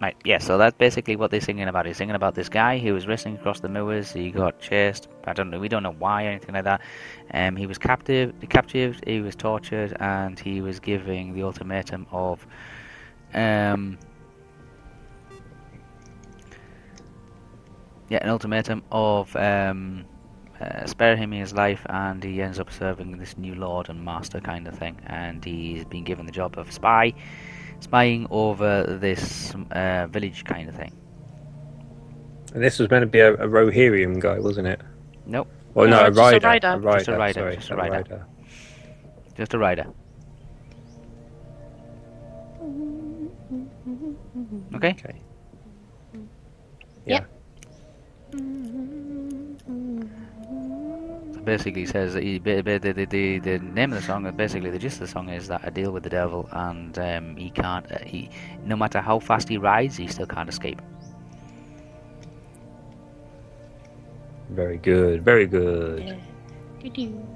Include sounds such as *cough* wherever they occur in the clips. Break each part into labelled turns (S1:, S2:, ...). S1: Right, yeah, so that's basically what they're singing about. He's singing about this guy who was racing across the moors. He got chased. I don't know. We don't know why or anything like that. Um, he was captive, captured. He was tortured, and he was giving the ultimatum of, um, yeah, an ultimatum of um, uh, spare him his life, and he ends up serving this new lord and master kind of thing. And he's been given the job of spy, spying over this uh, village kind of thing.
S2: And this was meant to be a, a Rohirrim guy, wasn't it?
S1: Nope,
S2: Well, no,
S3: No,
S2: a
S3: just a
S2: rider.
S3: rider.
S2: A
S3: Just
S2: rider.
S1: a rider,
S2: Sorry,
S1: just a rider. just a rider. Okay.
S2: Okay.
S1: basically says that he, ba- ba- the, the, the, the name of the song, basically the gist of the song is that I deal with the devil and um, he can't, uh, he, no matter how fast he rides, he still can't escape.
S2: Very good. Very good.
S3: Doo-doo.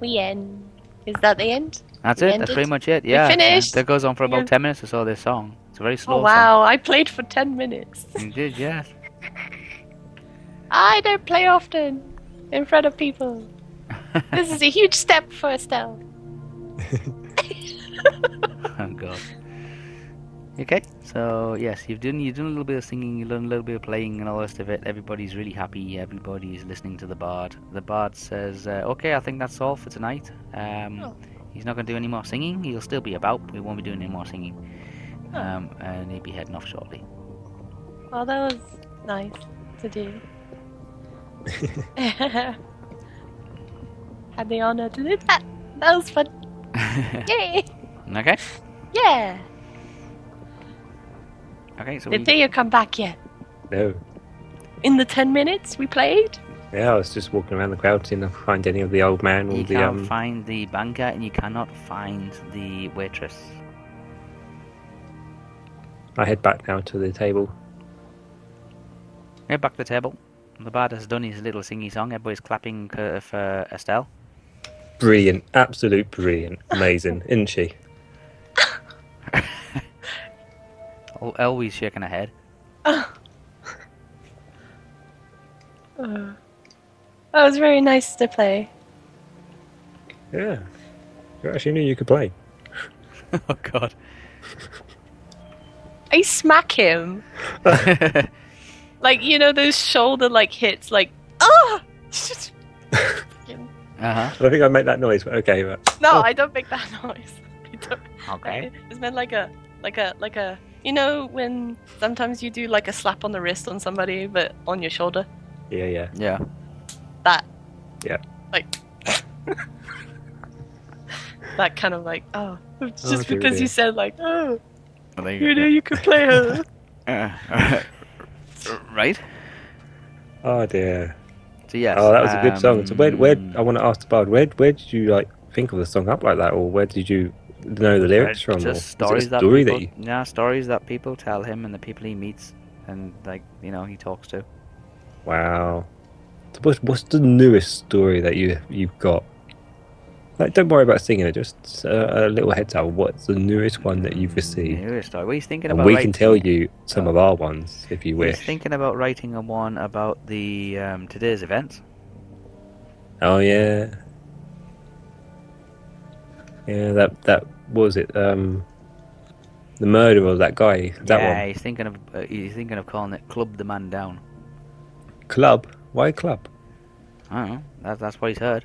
S3: We end. Is that the end?
S1: That's
S3: We
S1: it, that's
S3: ended.
S1: pretty much it, yeah. yeah.
S3: finished.
S1: That goes on for about
S3: Yeah.
S1: 10 minutes or so, this song. It's a very slow
S3: Oh wow, I played for 10 minutes. *laughs*
S1: song. You did, yes.
S3: I don't play often in front of people. This is a huge step for Estelle.
S1: oh god. Okay, so yes, you've done you've done a little bit of singing, you've done a little bit of playing, and all the rest of it. Everybody's really happy. Everybody's listening to the bard. The bard says, uh, "Okay, I think that's all for tonight." Um,
S3: Oh.
S1: He's not going to do any more singing. He'll still be about. We won't be doing any more singing,
S3: Oh.
S1: um, and he'll be heading off shortly. *laughs*
S3: Well, that was nice to do. Had the honor to do that. That was fun. Yay!
S1: okay,
S3: Yeah!
S1: okay. So
S3: Did
S1: we,
S3: Theo come back yet?
S2: No.
S3: In the 10 minutes we played?
S2: Yeah, I was just walking around the crowd, didn't find any of the old man or
S1: you
S2: the
S1: can't
S2: um.
S1: find the banker, and you cannot find the waitress.
S2: I head back now to the table.
S1: Head back to the table. The bard has done his little singy song. Everybody's clapping uh, for Estelle.
S2: Brilliant, absolute brilliant,
S1: *laughs*
S2: amazing, isn't she?
S1: Al- Always shaking her head.
S3: Oh. That was very nice to play.
S2: Yeah. You actually knew you could play.
S1: *laughs* oh *laughs* god.
S3: I smack him.
S1: Uh-huh.
S3: Like, you know, those shoulder like hits, like, ah! *laughs*
S1: uh huh.
S2: I don't think I make that noise, but okay. But...
S3: no,
S2: Oh.
S3: I don't make that *laughs* noise. I don't.
S1: Okay.
S3: It's meant like a, like a, like a, you know, when sometimes you do like a slap on the wrist on somebody, but on your shoulder?
S2: Yeah, yeah.
S1: Yeah.
S3: That.
S2: Yeah.
S3: Like, that kind of like, oh, just
S2: dear,
S3: because
S2: dear.
S3: you said, like, oh,
S1: Well, there
S3: you know, you could play
S2: *laughs*
S3: her.
S1: Uh, right.
S2: Oh dear.
S1: So yes.
S2: Oh, that was a good song. So where, where
S1: um,
S2: I want to ask the bard, where, where did you like think of the song up like that, or where did you know the lyrics
S1: uh,
S2: from? or
S1: Just
S2: is it a
S1: stories that
S2: story
S1: people,
S2: that you...
S1: yeah, stories that people tell him and the people he meets and like you know he talks to.
S2: Wow. So what, what's the newest story that you you've got? Like, don't worry about singing it. Just uh, a little heads up. What's the newest one that you've received?
S1: Newest story. Well, he's thinking
S2: And
S1: about.
S2: we
S1: writing-
S2: can tell you some of our ones if you
S1: He's
S2: wish.
S1: thinking about writing a one about the um, today's events.
S2: Oh yeah, yeah. That that what was it. Um, the murder of that guy. That
S1: yeah,
S2: one.
S1: he's thinking of uh, he's thinking of calling it "Club the Man Down."
S2: Club. Why club?
S1: I don't know. That, that's what he's heard.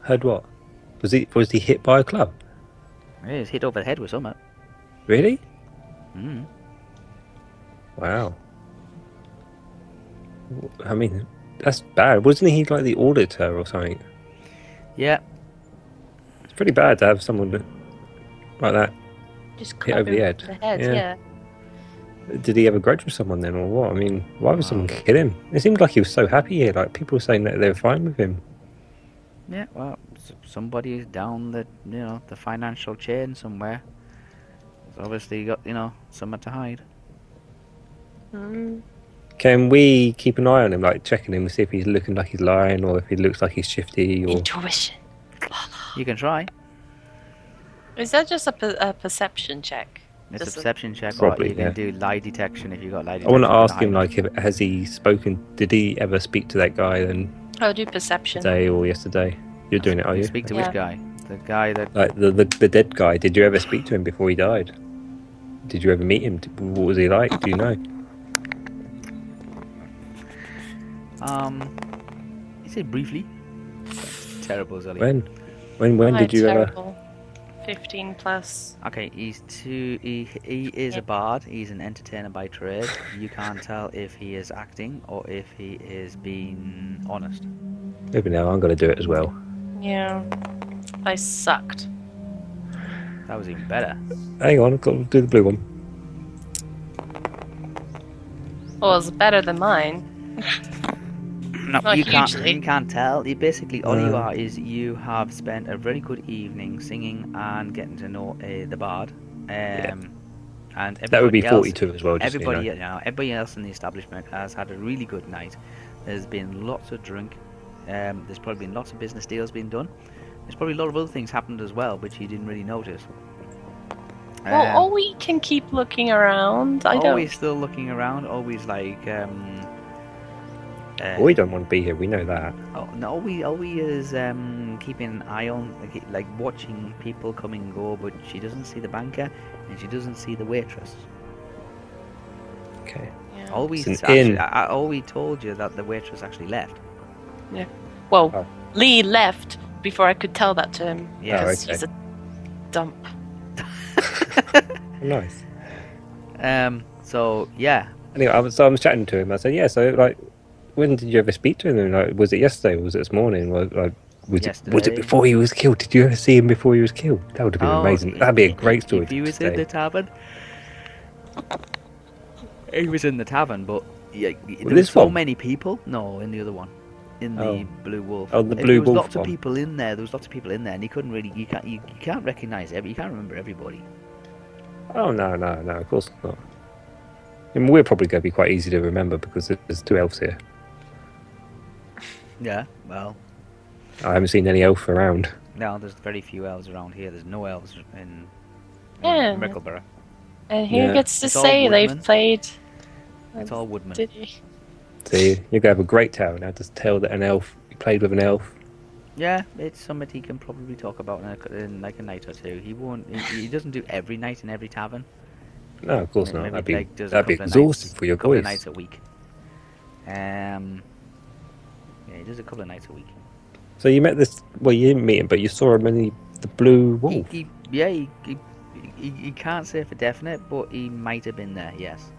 S2: Heard what? Was he was he hit by a club?
S1: He was hit over the head with something.
S2: Really?
S1: Mm.
S2: Wow. I mean, that's bad. Wasn't he like the auditor or something?
S1: Yeah,
S2: It's pretty bad to have someone like that.
S3: just
S2: Hit over the
S3: him
S2: head.
S3: with the head,
S2: Yeah.
S3: yeah.
S2: Did he have a grudge with someone then, or what? I mean, why would someone kill him? It seemed like he was so happy here. Like people were saying that they were fine with him.
S1: yeah. Well, s- somebody's down the you know the financial chain somewhere. It's obviously got you know somewhere to hide.
S3: Mm.
S2: Can we keep an eye on him, like checking him, see if he's looking like he's lying, or if he looks like he's shifty, or
S3: Intuition.
S1: You can try.
S3: Is that just a, per- a perception check?
S1: It's a
S3: Just a-
S1: perception check, or
S2: Probably,
S1: you can
S2: yeah.
S1: do lie detection if you got lie
S2: I
S1: detection.
S2: want to ask him,
S1: hide.
S2: like, if, has he spoken? Did he ever speak to that guy then
S3: I'll Oh, do perception.
S2: today or yesterday? You're doing it, are you?
S1: Speak to
S3: Yeah.
S1: which guy? The guy that
S2: Like the, the the dead guy. Did you ever speak to him before he died? Did you ever meet him? Did- What was he like? Do you know?
S1: um, he said briefly. That's terrible, Zully.
S2: When? When? When
S3: Oh,
S2: did you uh, ever?
S3: terrible. Fifteen plus.
S1: Okay, he's too. He, he is a bard. He's an entertainer by trade. You can't tell if he is acting or if he is being honest.
S2: Maybe now I'm gonna do it as well.
S3: Yeah, I sucked.
S1: That was even better.
S2: Hang on, I've got to do the blue one.
S3: Well, it's better than mine.
S1: No,
S3: Not
S1: you can't.
S3: hugely.
S1: You can't tell. You basically all you
S2: No.
S1: are is you have spent a very good evening singing and getting to know uh, the bard. Um, And
S2: That would be
S1: everybody else-
S2: 42 as well. Just so you
S1: everybody,
S2: know.
S1: you know, everybody else in the establishment has had a really good night. There's been lots of drink. Um, there's probably been lots of business deals being done. There's probably a lot of other things happened as well, which you didn't really notice. Um,
S3: well, or we can keep looking around. I don't.
S1: always still looking around. Always like. Um, uh,
S2: We don't want to be here. We know that.
S1: Oh, no, all we all we is um, keeping an eye on, like, like watching people come and go. But she doesn't see the banker, and she doesn't see the waitress.
S2: Okay.
S3: Yeah.
S1: All we
S2: It's an
S1: actually,
S2: inn.
S1: I, I, all we told you that the waitress actually left.
S3: Well,
S2: Oh.
S3: Lee left before I could tell that to him.
S1: Yeah.
S2: Oh,
S3: 'cause
S2: okay.
S3: he's a dump.
S2: Nice.
S1: Um. So yeah,
S2: Anyway, I was, so I was chatting to him. I said, "Yeah, so like, when did you ever speak to him? Like, was it yesterday? Was it this morning? Was like, was it was
S1: Yesterday.
S2: it before he was killed? Did you ever see him before he was killed? That would have been
S1: Oh,
S2: amazing.
S1: i-
S2: That'd be a great story.
S1: if he
S2: to
S1: was in
S2: today.
S1: the tavern, he was in the tavern. But yeah, there were
S2: this
S1: so
S2: one?
S1: many people. No, in the other one, in the
S2: Oh.
S1: Blue Wolf.
S2: Oh, the
S1: And
S2: Blue
S1: there was
S2: Wolf
S1: lots of
S2: one.
S1: people in there. There was lots of people in there, and he couldn't really. You can't. You, you can't recognize every. You can't remember everybody.
S2: Oh no, no, no! Of course not. I mean, we're probably going to be quite easy to remember because there's two elves here.
S1: Yeah. Well,
S2: I haven't seen any elf around.
S1: now there's very few elves around here. There's no elves in, in
S3: Yeah.
S1: Mickleborough.
S3: And who
S2: Yeah.
S3: gets to
S1: It's all
S3: say they've
S1: woodmen.
S3: played?
S1: It's all woodmen.
S3: Did he?
S2: See, you're going to have a great tale now. Just tell that an elf you played with an elf.
S1: Yeah, it's something he can probably talk about in, a, in like a night or two. He won't. He, he doesn't do every night in every tavern.
S2: No, of course
S1: Maybe
S2: not. That'd be
S1: Blake does a
S2: that'd be
S1: couple of
S2: exhausting
S1: nights-
S2: for your
S1: couple
S2: voice.
S1: of nights a week. Um, yeah, he does a couple of nights a week.
S2: So you met this. Well, you didn't meet him, but you saw him in the, the blue
S1: He,
S2: wolf.
S1: he, yeah, he, he, he, he can't say for definite, but he might have been there. Yes.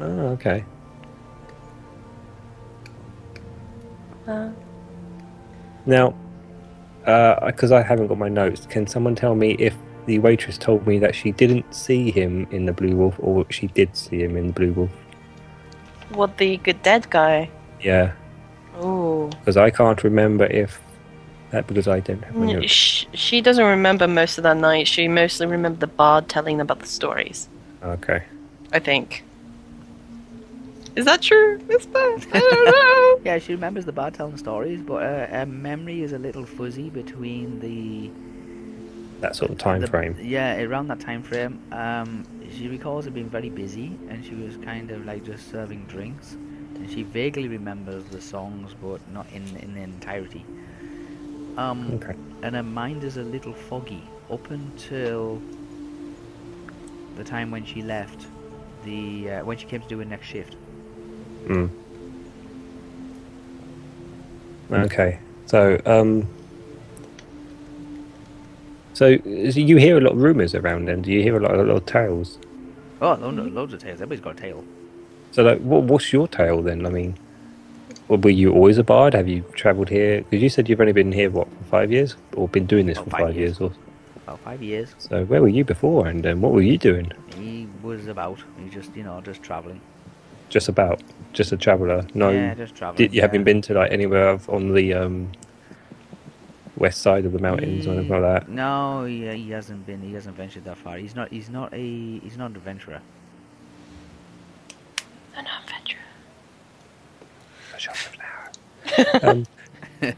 S2: Oh, okay.
S3: Uh,
S2: Now, because I haven't got my notes, can someone tell me if the waitress told me that she didn't see him in the blue wolf, or she did see him in the blue wolf?
S3: what the good dead guy?
S2: Yeah,
S3: Oh,
S2: because I can't remember if that because I don't have my notes.
S3: she, she doesn't remember most of that night. She mostly remembered the bard telling about the stories.
S2: Okay.
S3: I think. Is that true, Miss Beth? I don't know.
S1: Yeah, she remembers the bar telling stories, but uh, her memory is a little fuzzy between the
S2: That sort of time
S1: the-
S2: frame.
S1: Yeah, around that time frame. Um, she recalls her being very busy, and she was kind of like just serving drinks. And she vaguely remembers the songs, but not in in their entirety. Um,
S2: Okay.
S1: and her mind is a little foggy up until the time when she left the uh, when she came to do her next shift.
S2: Mm. Okay. So, um, so so you hear a lot of rumors around, and you hear a lot, a lot of tales.
S1: Oh, lo- loads of tales. Everybody's got a tale.
S2: So, like, what, what's your tale then? I mean, w- were you always a bard? Have you travelled here? Because you said you've only been here what for five years, or been doing this
S1: About
S2: for
S1: five
S2: five,
S1: years.
S2: years. Or
S1: About five years.
S2: so. Where were you before, and um, what were you doing?
S1: He was about. He just you know just traveling.
S2: Just about, just a traveller. No,
S1: Yeah, just traveling.
S2: Did, you
S1: yeah.
S2: haven't been to like anywhere of- on the um, west side of the mountains or anything like that.
S1: Mm, No, he, he hasn't been. He hasn't ventured that far. He's not. He's not a. He's not an adventurer.
S3: *laughs* An adventure.
S1: Mm.
S2: um,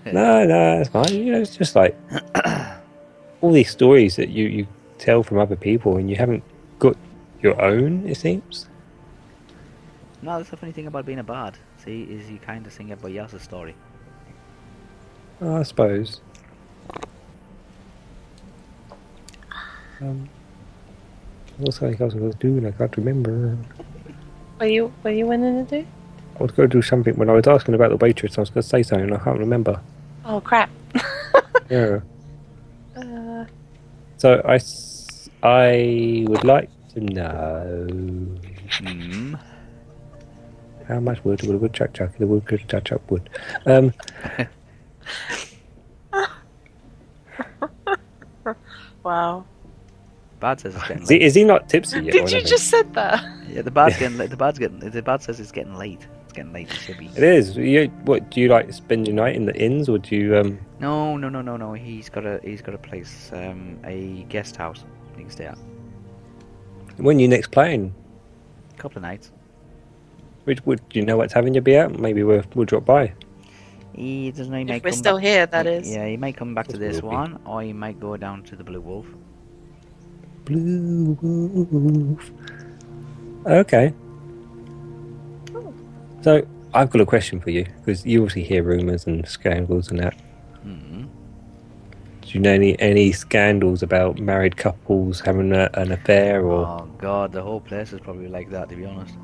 S2: *laughs* no, no, it's fine. You know, it's just
S1: *coughs*
S2: like all these stories that you, you tell from other people, and you haven't got your own, it seems.
S1: No, that's the funny thing about being a bard. See, is you kind of sing everybody else's story.
S2: I suppose. Um, what was I was going to do and I can't remember.
S3: What are you what are you wanting to do?
S2: I was going to do something when I was asking about the waitress. I was going to say something and I can't
S3: *laughs*
S2: remember.
S3: Oh crap.
S2: Yeah.
S3: uh,
S2: So I, s- I would like to know *laughs*
S1: Hmm.
S2: how much wood would a woodchuck chuck? The wood could touch up wood. Um,
S3: wow.
S1: Bard says it's getting
S2: is, he,
S1: late.
S2: is he not tipsy yet? or
S3: Did you
S2: anything?
S3: just said that?
S1: Yeah, the
S2: *laughs*
S1: bard's getting late. The bard's getting. The bard says it's getting late. It's getting late. It should be.
S2: It is. You, what do you like? Spend your night in the inns, or do you? Um,
S1: No, no, no, no, no. He's got a. He's got a place. Um, a guest house. He can stay at.
S2: when you next playing?
S1: A couple of nights.
S2: Which would do you know what tavern you'll be at? Maybe we'll, we'll drop by.
S1: He doesn't know. He might
S3: If we're
S1: come
S3: still
S1: back.
S3: here, that is.
S1: Yeah, he might come back to
S2: Just
S1: this
S2: will be.
S1: one, or he might go down to the Blue Wolf.
S2: Blue Wolf. Okay. So I've got a question for you because you obviously hear rumours and scandals and that.
S1: Hmm.
S2: Do you know any any scandals about married couples having a, an affair or
S1: Oh God, the whole place is probably like that. To be honest.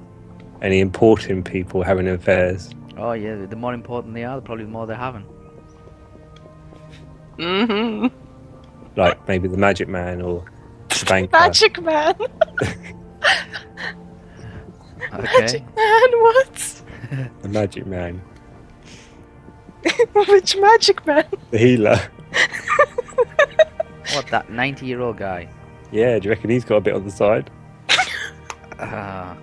S2: any important people having affairs?
S1: Oh yeah, the more important they are, the probably the more they're having.
S3: Mm-hmm.
S2: Like maybe the Magic Man or the banker.
S3: Magic man.
S1: Okay.
S3: Magic man. What? *laughs*
S2: The Magic Man.
S3: Which magic man?
S2: The healer.
S1: what that ninety-year-old
S2: *laughs*
S1: guy?
S2: Yeah, do you reckon he's got a bit on the side?
S1: Ah,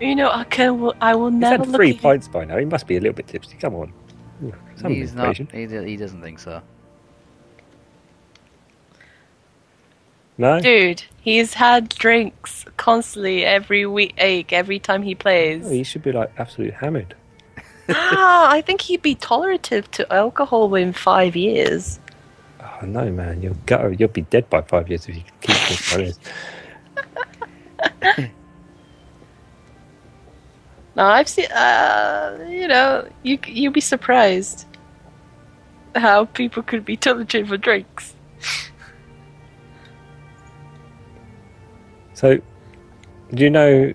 S3: You know, I can. Will, I will
S2: He's
S3: never
S2: had
S3: look
S2: three
S3: at you.
S2: pints by now. He must be a little bit tipsy. Come on. Ooh, Some
S1: he's not.
S2: information.
S1: He, do- he doesn't think so.
S2: No?
S3: Dude, he's had drinks constantly every week, ache every time he plays.
S2: Oh, he should be like absolute hammered.
S3: *gasps* ah, I think he'd be tolerative to alcohol in five years.
S2: Oh no, man, you'll go. You'll be dead by five years if you keep this like this.
S3: No, I've seen. Uh, you know, you you'd be surprised how people could be tolerative for drinks.
S2: So, do you know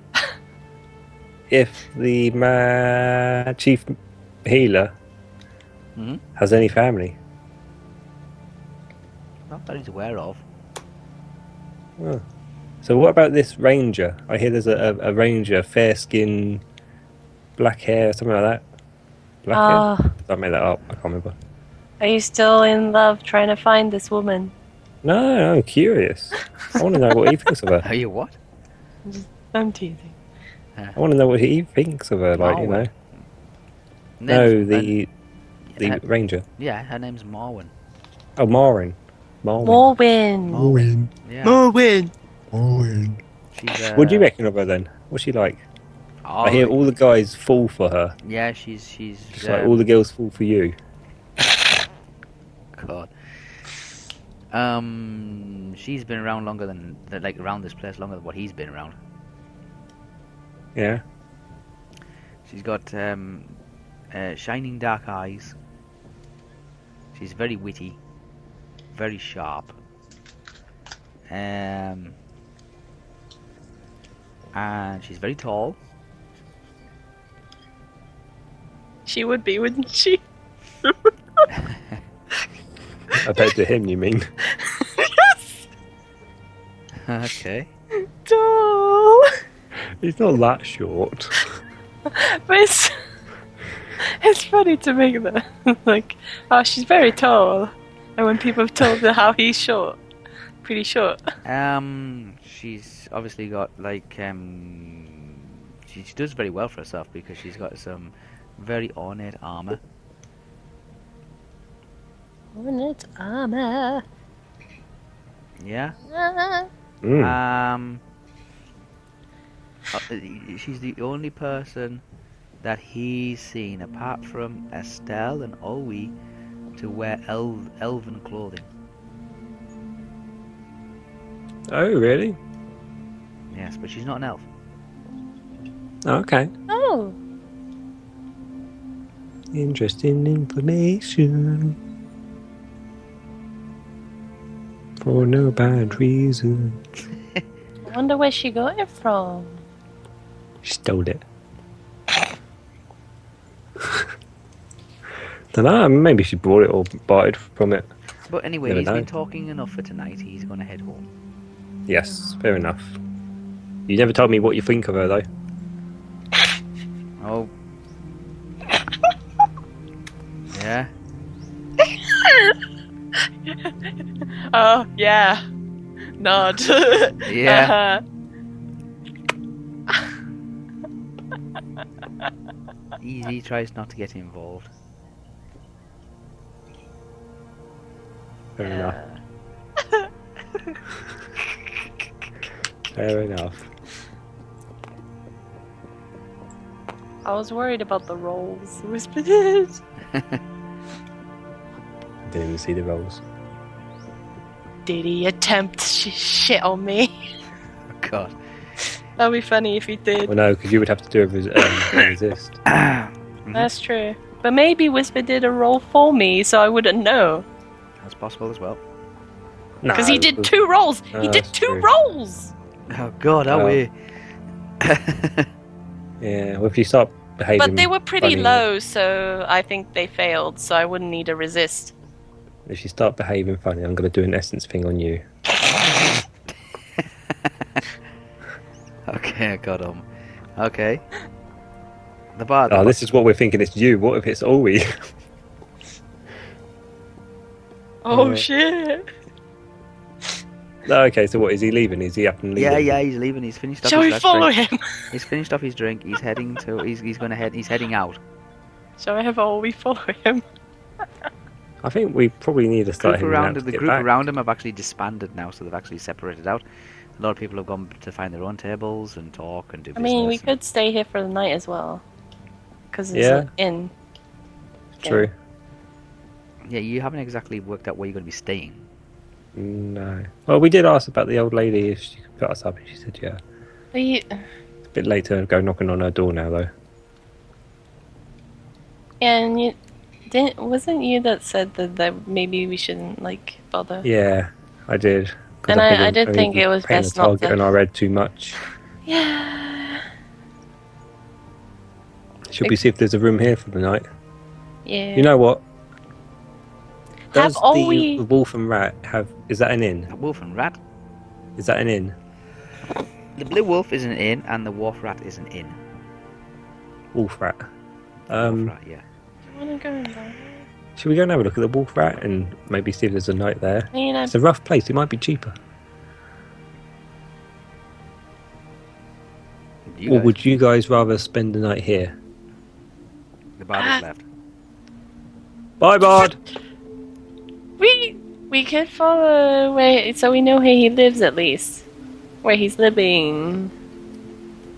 S2: if the ma- chief healer
S1: Mhm.
S2: has any family?
S1: Not that he's aware of. *laughs*
S2: Oh. So, what about this ranger? I hear there's a, a, a ranger, fair skin, black hair, something like that. Black hair?
S3: Ah,
S2: Did I made that up. I can't remember.
S3: are you still in love trying to find this woman?
S2: No, I'm curious. I want to know what he thinks of her.
S1: Are you what?
S3: I'm teasing.
S2: I want to know what he thinks of her. Like, you know,
S1: Marwyn.
S2: no,
S1: Name's-
S2: the the
S1: uh,
S2: ranger.
S1: yeah, her name's Marwin.
S2: Oh, Marin. Marin.
S3: Morwin.
S1: Marwin. Yeah.
S3: Morwin.
S1: She's, uh,
S2: What do you reckon of her then? What's she like?
S1: Oh,
S2: I hear all the guys fall for her.
S1: Yeah, she's she's.
S2: Just like all
S1: um,
S2: the girls fall for you.
S1: God. Um, she's been around longer than than, like around this place longer than what he's been around.
S2: Yeah.
S1: She's got um, uh, shining dark eyes. She's very witty, very sharp. Um, and she's very tall.
S3: She would be, wouldn't she? *laughs*
S2: I bet to him, you mean? *laughs*
S3: yes.
S1: okay.
S3: Doll.
S2: He's not that short.
S3: But it's *laughs* it's funny to make that *laughs* like oh she's very tall, and when people have told her how he's short, pretty short.
S1: Um, she's obviously got like um, she, she does very well for herself because she's got some very ornate armor.
S3: Ornate armor. Ah,
S1: Yeah.
S2: Mm.
S1: Um, uh, she's the only person that he's seen, apart from Estelle and Owie, to wear el- elven clothing.
S2: oh, really?
S1: Yes, but she's not an elf.
S2: Okay.
S3: Oh,
S2: Interesting information. For no bad reason.
S3: I wonder where she got it from.
S2: She stole it. *laughs* Don't know, maybe she bought it or bartered from it.
S1: But anyway,
S2: Never
S1: he's
S2: know.
S1: been talking enough for tonight. He's going to head home.
S2: Yes, fair enough. You never told me what you think of her, though.
S1: Oh. *laughs* yeah.
S3: Oh yeah, nod. *laughs*
S1: Yeah.
S3: Uh-huh.
S1: Easy tries not to get involved.
S2: Fair enough. Fair enough.
S3: I was worried about the *laughs* rolls. Whispered.
S2: Didn't even see the rolls.
S3: Did he attempt sh- shit on me?
S1: Oh, God.
S3: That'd be funny if he did.
S2: Well, no, because you would have to do a, res- um, *coughs* a resist.
S3: That's true. But maybe Whisper did a roll for me, so I wouldn't know.
S1: That's possible as well.
S3: Because he
S2: Nah,
S3: did
S2: it
S3: two rolls.
S2: No,
S3: he did
S2: that's
S3: two
S2: true.
S3: rolls.
S1: Oh, God, are
S2: Well.
S1: we? *laughs*
S2: was- Yeah, well, if you start behaving.
S3: But they were pretty
S2: funny.
S3: low, so I think they failed. So I wouldn't need a resist.
S2: If you start behaving funny, I'm going to do an essence thing on you.
S1: *laughs* okay, I got him. Okay. The bar. The
S2: Oh,
S1: bar-
S2: this is what we're thinking it's you. What if it's all we?
S3: Oh
S2: Yeah.
S3: shit!
S2: *laughs* No, okay, so what? Is he leaving? Is he up and leaving?
S1: yeah, yeah, he's leaving. He's finished off
S3: Shall
S1: his
S3: we
S1: last
S3: follow
S1: drink.
S3: him? *laughs*
S1: He's finished off his drink. He's heading to. He's, he's going to head. He's heading out.
S3: Shall we have all we follow him?
S2: I think we probably need to start
S1: Group
S2: hanging out
S1: around
S2: to
S1: the
S2: get
S1: group
S2: back.
S1: around him have actually disbanded now, so they've actually separated out. A lot of people have gone to find their own tables and talk and do
S3: I
S1: business.
S3: mean, we
S1: and-
S3: could stay here for the night as well, because it's
S2: Yeah.
S3: an inn.
S2: True.
S1: Yeah, you haven't exactly worked out where you're going to be staying.
S2: No. Well, we did ask about the old lady if she could put us up, and she said yeah.
S3: We,
S2: It's a bit later, go knocking on her door now, though.
S3: and you didn't. Wasn't you that said that, that maybe we shouldn't like bother?
S2: Yeah, I did. 'Cause
S3: And I-
S2: think
S3: I
S2: I'm
S3: did
S2: only
S3: think it was
S2: playing
S3: best
S2: the
S3: not
S2: target
S3: to-
S2: And I read too much.
S3: Yeah.
S2: Should we see if there's a room here for the night?
S3: Yeah.
S2: You know what?
S3: Have
S2: Does
S3: all
S2: the,
S3: we-
S2: the wolf and rat have? Is that an inn?
S1: The wolf and rat.
S2: Is that an inn?
S1: The blue wolf is an inn, and the wolf rat is an inn.
S2: Wolf rat.
S1: wolf
S2: Um,
S1: rat, yeah.
S3: I wanna go in there.
S2: should we go and have a look at the wolf rat and maybe see if there's a night there?
S3: I mean, I,
S2: It's a rough place. It might be cheaper.
S1: You
S2: or
S1: guys,
S2: would you guys rather spend the night here?
S1: the bard
S3: Ah.
S1: has left.
S2: Bye, Bard.
S3: we we could follow where, so we know where he lives at least, where he's living.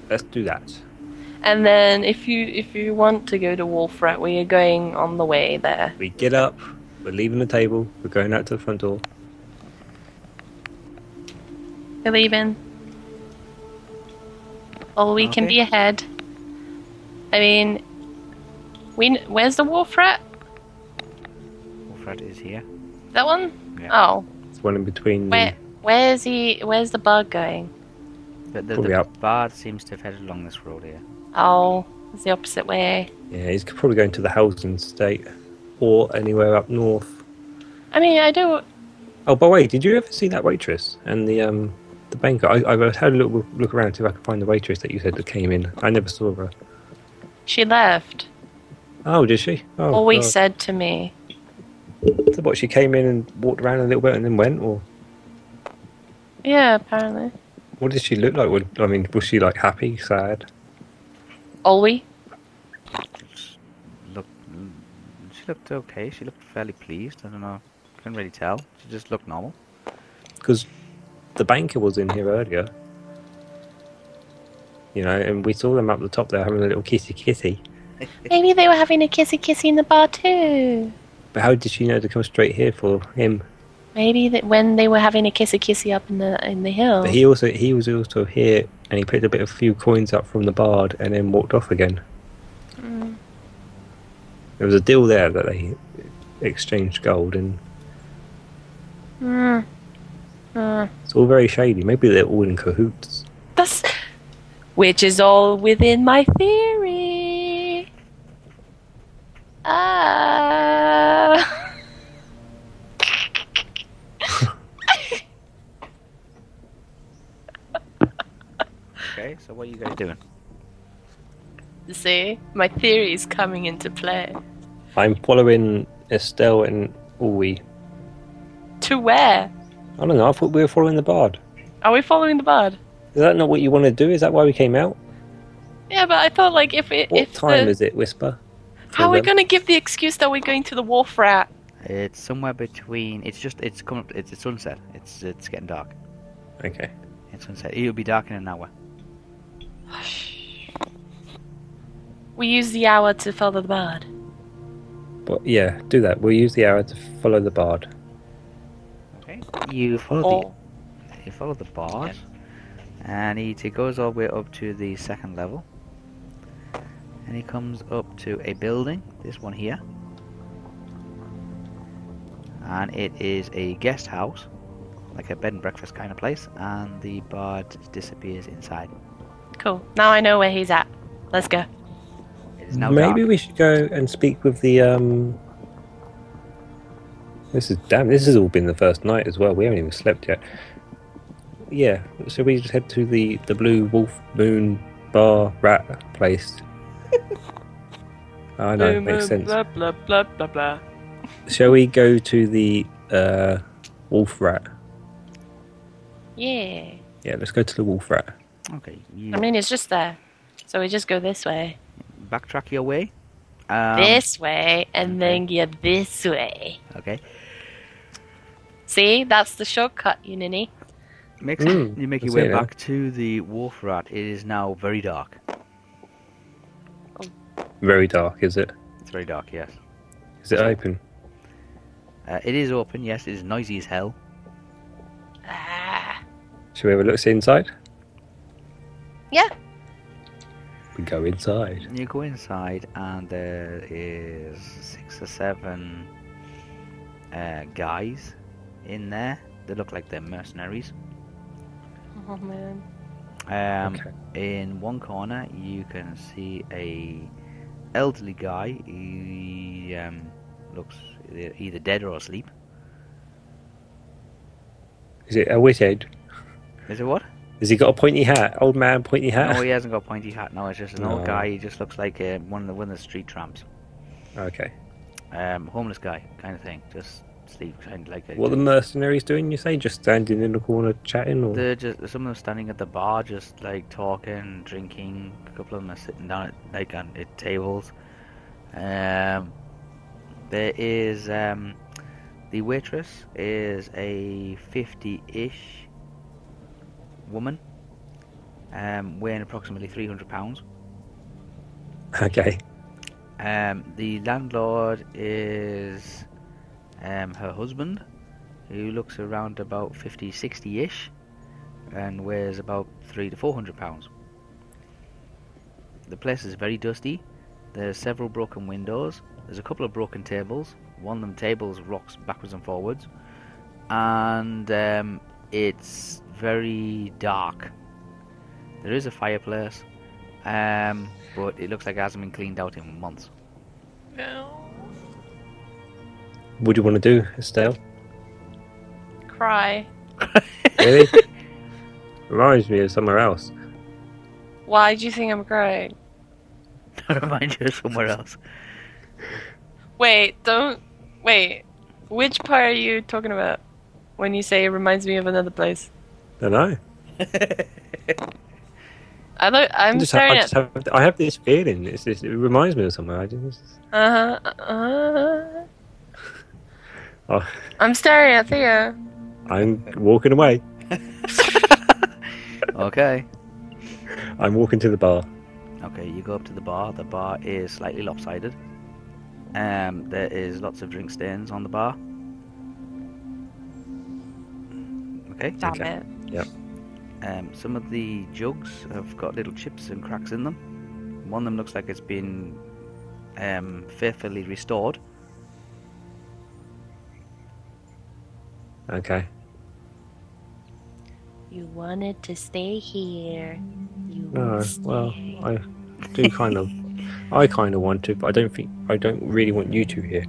S2: Let's do that.
S3: And then if you if you want to go to Wolf Rat, we are going on the way there.
S2: We get up. We're leaving the table. We're going out to the front door.
S3: We're leaving. Or we can
S1: Okay.
S3: be ahead. I mean, we kn- where's the Wolf Rat?
S1: Wolf rat is here.
S3: That one?
S1: Yeah.
S3: Oh,
S2: It's one in between. the-
S3: where where's he? Where's the bug going?
S1: But the,
S2: Probably
S1: the
S2: up.
S1: bard seems to have headed along this road here.
S3: Oh, it's the opposite way.
S2: Yeah, he's probably going to the Housing State or anywhere up north.
S3: I mean, I do.
S2: Oh, by the way, did you ever see that waitress and the um the banker? I, I had a little look around to see if I could find the waitress that you said that came in. I never saw her.
S3: She left.
S2: Oh, did she? Oh,
S3: Always
S2: God.
S3: said to me.
S2: So what? She came in and walked around a little bit and then went, or
S3: Yeah, apparently.
S2: what did she look like? Would- I mean, was she like happy, sad?
S3: Ollie.
S1: Look, mm, she looked okay. She looked fairly pleased. I don't know. Couldn't really tell. She just looked normal.
S2: Because the banker was in here earlier. You know, and we saw them up the top there having a little kissy kissy.
S3: Maybe they were having a kissy kissy in the bar too.
S2: But how did she know to come straight here for him?
S3: Maybe that when they were having a kissy kissy up in the in the hill.
S2: But he also he was also here, and he picked a bit of few coins up from the bard, and then walked off again.
S3: Mm.
S2: There was a deal there that they exchanged gold, and
S3: Mm. Mm.
S2: it's all very shady. Maybe they're all in cahoots.
S3: That's which is all within my theory. Ah. *laughs*
S1: Okay, so what are you guys doing?
S3: See, my theory is coming into play.
S2: I'm following Estelle and Uri.
S3: To where?
S2: I don't know. I thought we were following the bard.
S3: Are we following the bard?
S2: Is that not what you want to do? Is that why we came out?
S3: Yeah, but I thought like if it,
S2: What
S3: if
S2: time
S3: the,
S2: is it, Whisper?
S3: how are we
S2: them?
S3: gonna give the excuse that we're going to the wharf rat?
S1: It's somewhere between. It's just. It's coming up. It's, it's sunset. It's it's getting dark.
S2: Okay.
S1: It's sunset. It'll be dark in an hour.
S3: We use the hour to follow the bard.
S2: But yeah, do that. We'll use the hour to follow the bard.
S1: Okay. You follow
S3: Or
S1: the you follow the bard, and he, he goes all the way up to the second level, and he comes up to a building. This one here, and it is a guest house, like a bed and breakfast kind of place. And the bard disappears inside.
S3: cool. Now I know where he's at. Let's go.
S1: It is now
S2: Maybe
S1: dark.
S2: we should go and speak with the um. This is damn. This has all been the first night as well. We haven't even slept yet. Yeah. So we just head to the the Blue Wolf Moon Bar Rat place. I know, makes sense.
S3: Blah blah blah blah blah.
S2: Shall we go to the uh, Wolf Rat?
S3: Yeah.
S2: Yeah, let's go to the Wolf Rat.
S1: Okay. You
S3: I mean, it's just there. So we just go this way,
S1: backtrack your way. Um,
S3: this way, and then yeah, this way.
S1: Okay.
S3: See, that's the shortcut, you ninny.
S1: Makes
S2: Mm,
S1: you make your
S2: that's
S1: way
S2: it, yeah.
S1: back to the wharf rat. It is now very dark.
S2: Very dark, is it?
S1: It's very dark. Yes.
S2: Is it open?
S1: Uh, it is open, yes. It is noisy as hell.
S3: Ah.
S2: Shall we have a look see inside?
S3: Yeah.
S2: We go inside.
S1: You go inside, and there is six or seven uh, guys in there. They look like they're mercenaries.
S3: Oh man.
S1: Um,
S2: Okay.
S1: In one corner, you can see a elderly guy. He um, looks e- either dead or asleep.
S2: Is it a wicked?
S1: Is it what?
S2: Has he got a pointy hat? Old man, pointy hat.
S1: no, he hasn't got a pointy hat. No, it's just an
S2: Uh, No.
S1: old guy. He just looks like uh, one of the one of the street tramps,
S2: Okay.
S1: um, homeless guy kind of thing. Just sleep, kind of like a,
S2: What are the mercenaries doing? You say just standing in the corner chatting, or
S1: They're just some of them standing at the bar, just like talking, drinking. A couple of them are sitting down at like on at tables. Um, there is um, the waitress is a fifty-ish woman, um, weighing approximately three hundred pounds.
S2: okay,
S1: Um, the landlord is um, her husband, who looks around about 50, 60 ish, and weighs about three to four hundred pounds. The place is very dusty. There's several broken windows. There's a couple of broken tables. One of them tables rocks backwards and forwards, and um, it's very dark. There is a fireplace, um, but it looks like it hasn't been cleaned out in months.
S2: what do you want to do, Estelle?
S3: Cry.
S2: *laughs* Really? Reminds me of somewhere else.
S3: Why do you think I'm crying?
S1: *laughs* Remind you of somewhere else.
S3: Wait, don't. Wait. Which part are you talking about when you say it reminds me of another place?
S2: Don't know.
S3: I don't.
S2: I
S3: I'm
S2: just, have, I,
S3: staring
S2: just
S3: at.
S2: have, I have this feeling. It's just, it reminds me of somewhere. I just,
S3: Uh huh. Uh-huh.
S2: oh,
S3: *laughs* I'm staring at Theo.
S2: I'm walking away.
S1: okay.
S2: I'm walking to the bar.
S1: Okay, you go up to the bar. The bar is slightly lopsided. Um, there is lots of drink stains on the bar. Okay.
S3: Damn
S2: Okay.
S3: it.
S1: Um, some of the jugs have got little chips and cracks in them. One of them looks like it's been um, faithfully restored.
S2: Okay.
S4: You wanted to stay here. You
S2: No.
S4: would stay.
S2: Well, I do kind of. I kind of want to, but I don't think I don't really want you two here.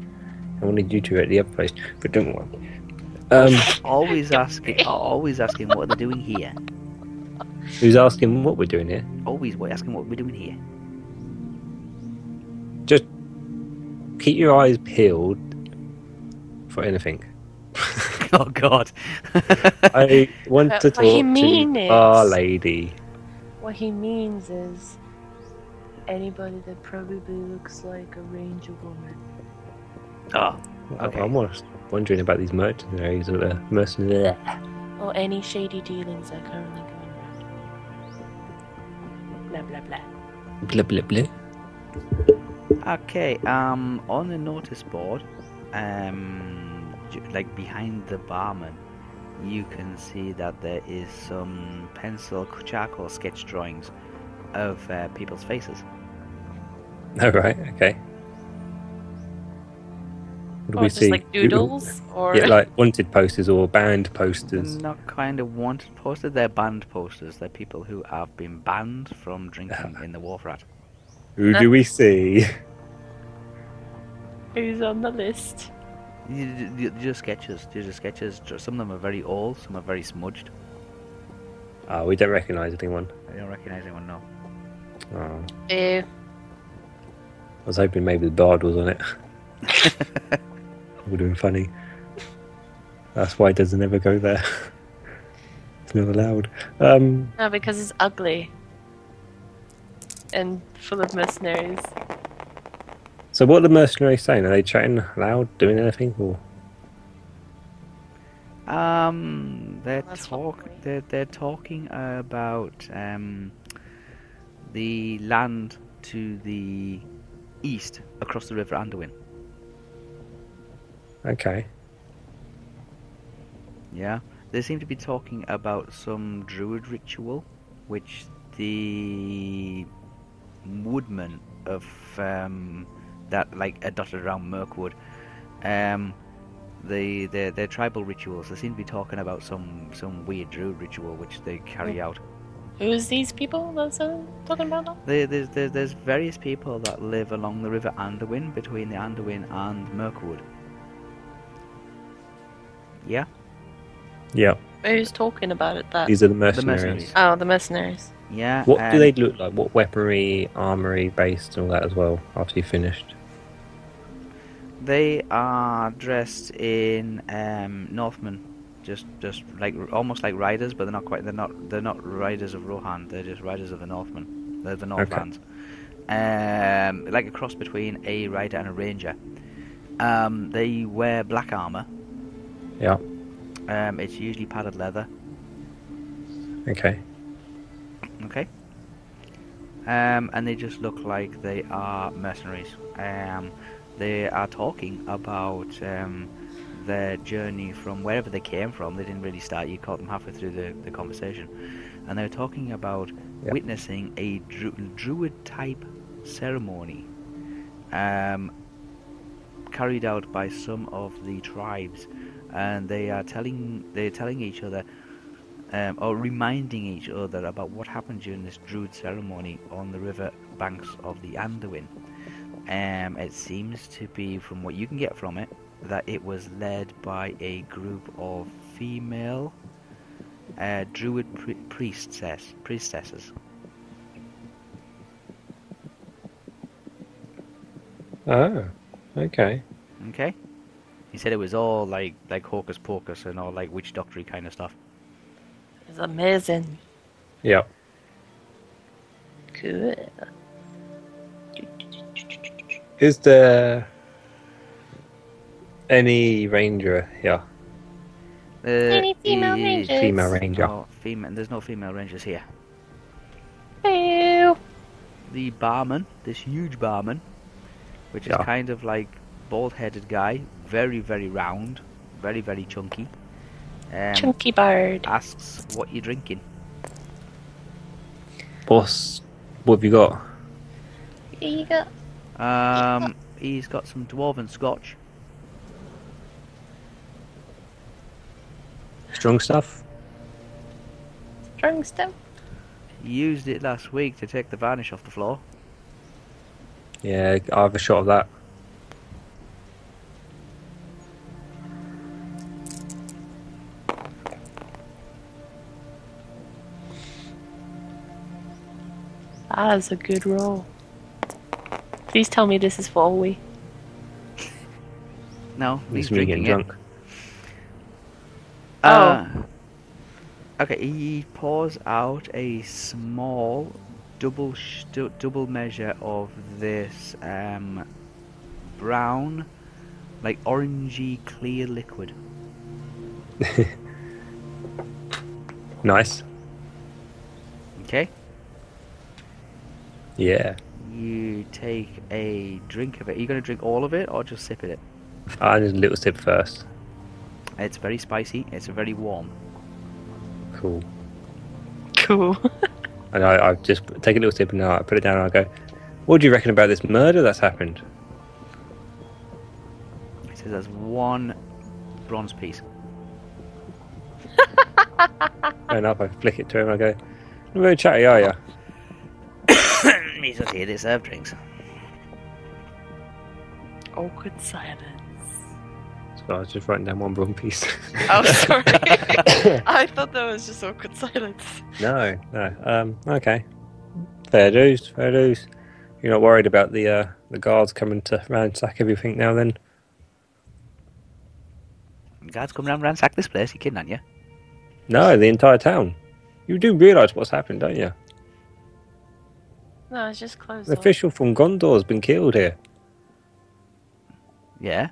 S2: I wanted you two at the other place, but don't worry. Um,
S1: *laughs* Always asking, always asking what they're doing here.
S2: who's asking what we're doing here?
S1: Always wa- asking what we're doing here. *laughs*
S2: Keep your eyes peeled for anything. *laughs*
S1: Oh God.
S2: I want
S4: But
S2: to
S4: what he
S2: talk
S4: mean
S2: to
S4: is-
S2: our lady.
S4: What he means is anybody that probably looks like a ranger woman.
S1: *laughs* oh, Okay.
S2: Okay. I'm almost wondering about these uh, mercenaries or the mercenaries.
S4: Or any shady dealings that are currently going around. Blah blah blah.
S2: Blah blah blah. *laughs*
S1: okay. Um, on the notice board, um, j- like behind the barman, you can see that there is some pencil charcoal sketch drawings of uh, people's faces.
S2: All right. Okay. What do
S3: Or
S2: we
S3: just
S2: see?
S3: Oh, like doodles? Or *laughs*
S2: Yeah, like wanted posters or banned posters.
S1: They're not kind of wanted posters. They're banned posters. They're people who have been banned from drinking in the Wharf Rat.
S2: Who do we see? *laughs*
S3: who's on the list?
S1: You- you- They're just sketches. They're just sketches. Ju- Some of them are very old. Some are very smudged.
S2: Oh, we don't recognise anyone.
S1: I don't recognise anyone. No.
S2: Oh,
S4: Eh,
S2: I was hoping maybe the bard was *laughs* on it. Would have been funny. That's why it doesn't ever go there. *laughs* it's not allowed. Um,
S4: no, because it's ugly.
S3: And full of mercenaries.
S2: so what are the mercenaries saying? Are they chatting loud, doing anything, or
S1: Um, they're
S4: That's what
S1: talk.
S4: we-
S1: They're, they're talking about um, the land to the east across the River Anduin.
S2: okay?
S1: Yeah, they seem to be talking about some druid ritual, which the woodman of um, that like are dotted around Mirkwood, um, the their their tribal rituals. They seem to be talking about some some weird druid ritual which they carry out.
S3: Who's these people that's uh, talking about now?
S1: There, there's, there's there's various people that live along the River Anduin between the Anduin and Mirkwood. Yeah,
S2: Yeah,
S3: Who's talking about it? That
S2: these are Uh, the
S1: mercenaries.
S2: mercenaries.
S3: oh, the mercenaries.
S1: yeah.
S2: What do
S1: um,
S2: they look like? What weaponry, armory, based, and all that as well? After you finished,
S1: They are dressed in um, Northmen, just just like almost like riders, but they're not quite. They're not. They're not riders of Rohan. They're just riders of the Northmen. They're the Northlands. Um, like a cross between a rider and a ranger. Um, they wear black armor.
S2: Yeah.
S1: Um, it's usually padded leather.
S2: okay.
S1: Okay. Um, and they just look like they are mercenaries. Um, they are talking about um, their journey from wherever they came from. They didn't really start. You caught them halfway through the, the conversation, and they were talking about
S2: Yeah.
S1: witnessing a dru- druid type ceremony um, carried out by some of the tribes, and they are telling they're telling each other um, or reminding each other about what happened during this druid ceremony on the river banks of the Anduin. Um, it seems to be, from what you can get from it, that it was led by a group of female uh, druid pri- priestess priestesses.
S2: Oh, okay.
S1: Okay. He said it was all like like hocus pocus and all like witch doctory kind of stuff.
S4: It's amazing.
S2: Yeah.
S4: Cool.
S2: Is there any ranger? Yeah.
S1: Uh,
S4: Any female
S1: is-
S4: rangers?
S2: Female ranger.
S1: No, female. There's no female rangers here.
S4: Ew.
S1: the barman, this huge barman, which
S2: Yeah.
S1: is kind of like bald headed guy, very, very round, very, very chunky. Um,
S3: Chunky bird.
S1: asks what you're drinking.
S2: Boss, what have you got?
S4: Here you go.
S1: Um, *laughs* he's got some dwarven scotch.
S2: Strong stuff?
S4: Strong stuff.
S1: He used it last week to take the varnish off the floor.
S2: Yeah, I'll have a shot of that.
S3: That is a good roll. Please tell me this is for Ollie.
S1: No, he's
S2: He's really
S1: drinking
S2: getting
S1: it.
S2: drunk.
S3: Oh.
S1: Uh, okay, he pours out a small double sh- du- double measure of this um, brown, like orangey clear liquid.
S2: Nice.
S1: Okay,
S2: Yeah.
S1: you take a drink of it. Are you going to drink all of it or just sip it?
S2: I need a little sip first.
S1: It's very spicy. It's very warm.
S2: Cool.
S3: Cool.
S2: And I, I just take a little sip and I put it down and I go, What do you reckon about this murder that's happened?
S1: It says there's one bronze piece. *coughs*
S2: And up, I flick it to him and I go, You're very chatty, are you?
S1: He's just here to serve drinks.
S3: Awkward silence.
S2: So I was just writing down one wrong piece.
S3: *laughs* Oh,
S2: *laughs*
S3: sorry.
S1: *laughs*
S2: *coughs*
S3: *laughs* I thought that was just awkward silence.
S2: no, no. Um, okay. Fair dues, fair dues. You're not worried about the uh, the guards coming to ransack everything now then?
S1: Guards come round, ransack this place. You kidding, aren't you?
S2: No, the entire town. You do realise what's happened, don't you?
S4: No, it's just closed.
S2: An official from Gondor has been killed here.
S1: Yeah.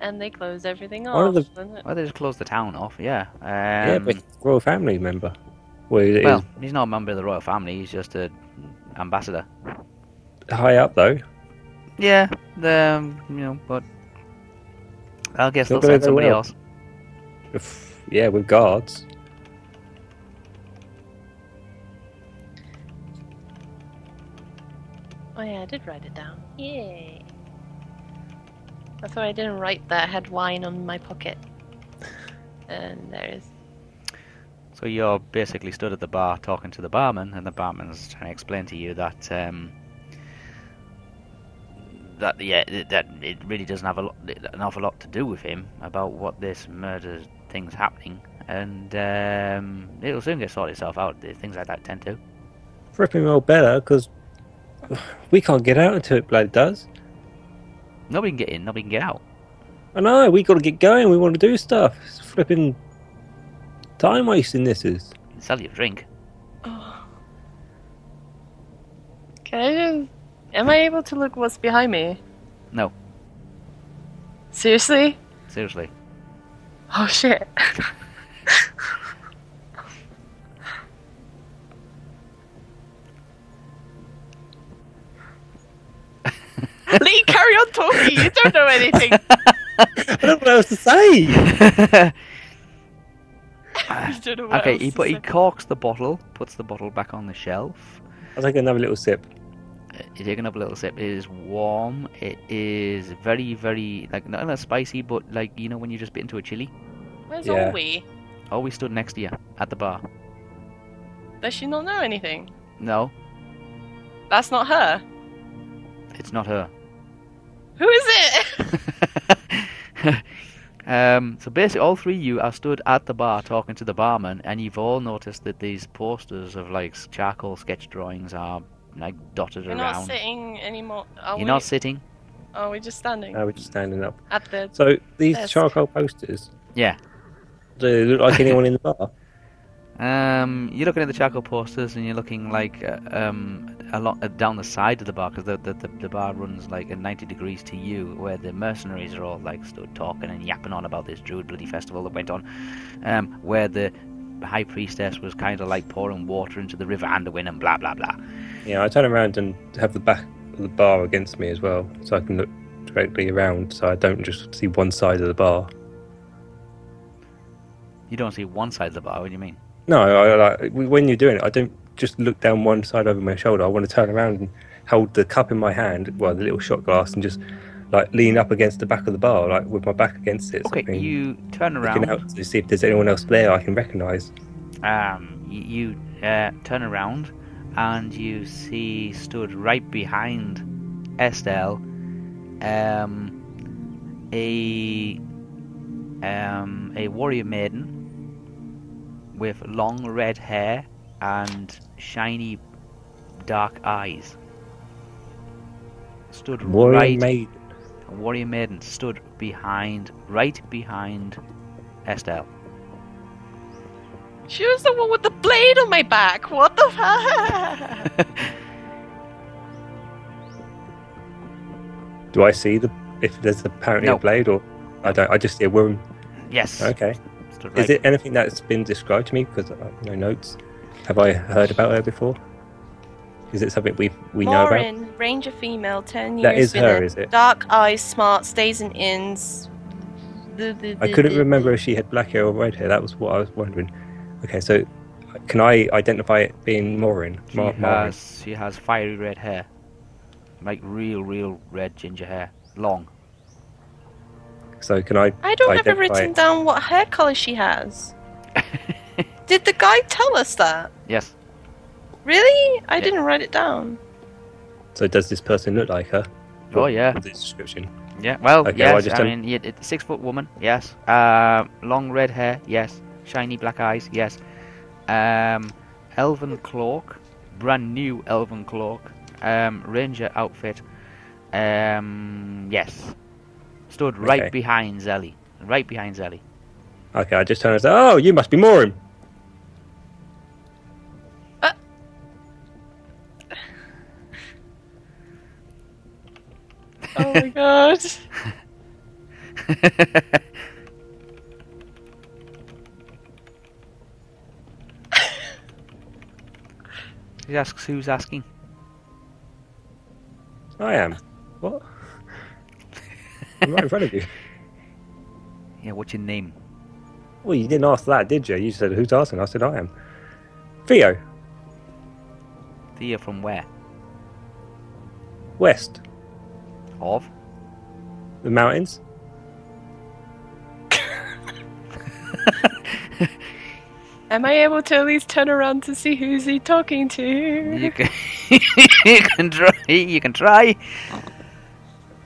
S4: And they closed everything
S2: One
S4: off.
S2: of the-
S4: didn't it?
S1: Well, they just closed the town off. Yeah. Um,
S2: yeah, but he's a royal family member. Well, he's
S1: Well, he's not a member of the royal family. He's just a ambassador.
S2: high up though.
S1: Yeah, the um, you know, but I guess
S2: Not
S1: they'll send
S2: gonna go
S1: somebody
S2: well.
S1: else.
S2: If- yeah, with guards.
S4: Oh yeah, I did write it down. Yay. I thought I didn't write that. I had wine on my pocket. And there is.
S1: So you're basically stood at the bar talking to the barman, and the barman's trying to explain to you that um, that yeah, th- that it really doesn't have a lot, an awful lot to do with him about what this murder thing's happening, and um, it'll soon get sorted itself out. Things like that tend to.
S2: Ripping well better because we can't get out until it blood does.
S1: Nobody can get in. Nobody can get out.
S2: I know we got to get going. We want to do stuff. It's flipping time wasting. This is.
S1: Sell you a drink.
S4: Oh. Can I just. Am I able to look what's behind me?
S1: No.
S4: Seriously?
S1: Seriously.
S4: Oh shit. Lee, carry on talking. You don't know anything.
S2: I don't know what else to say. *sighs*
S4: you don't *laughs* know what
S1: okay,
S4: else
S1: he
S4: to
S1: put, he
S4: say.
S1: corks the bottle, puts the bottle back on the shelf.
S2: I'll take another little sip.
S1: Uh, You're taking up a little sip. It is warm. It is very, very like not not spicy, but like you know when you just bit into a chili.
S4: Where's
S2: Yeah.
S4: Ollie?
S1: Oh, we stood next to you at the bar.
S4: Does she not know anything?
S1: No,
S4: That's not her.
S1: it's not her. *laughs*
S4: Who is it? *laughs*
S1: um, so basically, all three of you are stood at the bar talking to the barman, and you've all noticed that these posters of like s- charcoal sketch drawings are like dotted
S4: We're not
S1: around.
S4: sitting anymore. Are
S1: You're
S4: we?
S1: not sitting.
S4: Are we just standing
S2: Now we're just standing up.
S4: at the?
S2: So these
S4: Yes.
S2: charcoal posters.
S1: Yeah.
S2: Do they look like anyone in the bar?
S1: Um, you're looking at the charcoal posters, and you're looking like uh, um along uh, down the side of the bar because the, the the the bar runs like at 90 degrees to you, where the mercenaries are all like stood talking and yapping on about this druid bloody festival that went on, um, where the high priestess was kind of like pouring water into the river Anduin and blah blah blah.
S2: Yeah, I turn around and have the back of the bar against me as well, so I can look directly around, so I don't just see one side of the bar.
S1: You don't see one side of the bar. What do you mean?
S2: No, I, like, when you're doing it, I don't just look down one side over my shoulder. I want to turn around and hold the cup in my hand, well, the little shot glass, and just like lean up against the back of the bar, like with my back against it. so
S1: Okay,
S2: I can-
S1: you turn
S2: looking
S1: around.
S2: out to see if there's anyone else there I can recognise.
S1: Um, you, you uh, turn around and you see stood right behind Estelle um, a um, a warrior maiden with long red hair and shiny dark eyes. Stood
S2: Warrior
S1: right,
S2: maid.
S1: warrior maiden stood behind, right behind Estelle.
S4: She was the one with the blade on my back. What the fuck?
S2: Do I see the if there's apparently
S1: No.
S2: a blade or I don't. I just see a woman.
S1: yes.
S2: Okay.
S1: Stood
S2: Is it anything that's been described to me? Because uh, no notes. Have I heard about her before? Is it something we we know about?
S3: Lauren, ranger female, 10 years.
S2: That is
S3: with a
S2: her, is it?
S3: Dark eyes, smart, stays in inns. The- the-
S2: I
S3: the-
S2: couldn't
S3: the-
S2: remember if she had black hair or red hair. That was what I was wondering. Okay, so can I identify it being Maureen?
S1: She
S2: Ma- Maureen.
S1: has she has fiery red hair, like real, real red ginger hair, long.
S2: So can I?
S3: I don't have it
S2: identify
S3: written down what hair color
S2: *laughs*
S3: she has. Did the guy tell us that?
S1: Yes,
S3: Really? I
S1: Yeah.
S3: didn't write it
S2: *laughs*
S3: down.
S2: So does this person look like her?
S1: Oh, yeah.
S2: The description.
S1: yeah. Well,
S2: Okay, well, I
S1: yes.
S2: just
S1: I,
S2: don't-
S1: mean, it, it, six foot woman. Yes. Um, long red hair. Yes. Shiny black eyes. Yes. Um, elven cloak, brand new elven cloak. Um, ranger outfit. Um, yes. Stood right
S2: Okay.
S1: behind Zelly. Right behind Zelly.
S2: Okay, I just turned and said, "Oh, you must be Morin."
S3: Oh my god.
S1: *laughs* he asks who's asking.
S2: I am. What? *laughs* I'm right in front of you.
S1: Yeah, what's your name?
S2: Well, you didn't ask that, did you? You said, "Who's asking?" I said, "I am." Theo
S1: Thea from where?
S2: West,
S1: Of? *laughs*
S2: the mountains.
S3: Am I able to at least turn around to see who's he talking to?
S1: You can, *laughs* you can try. You can try.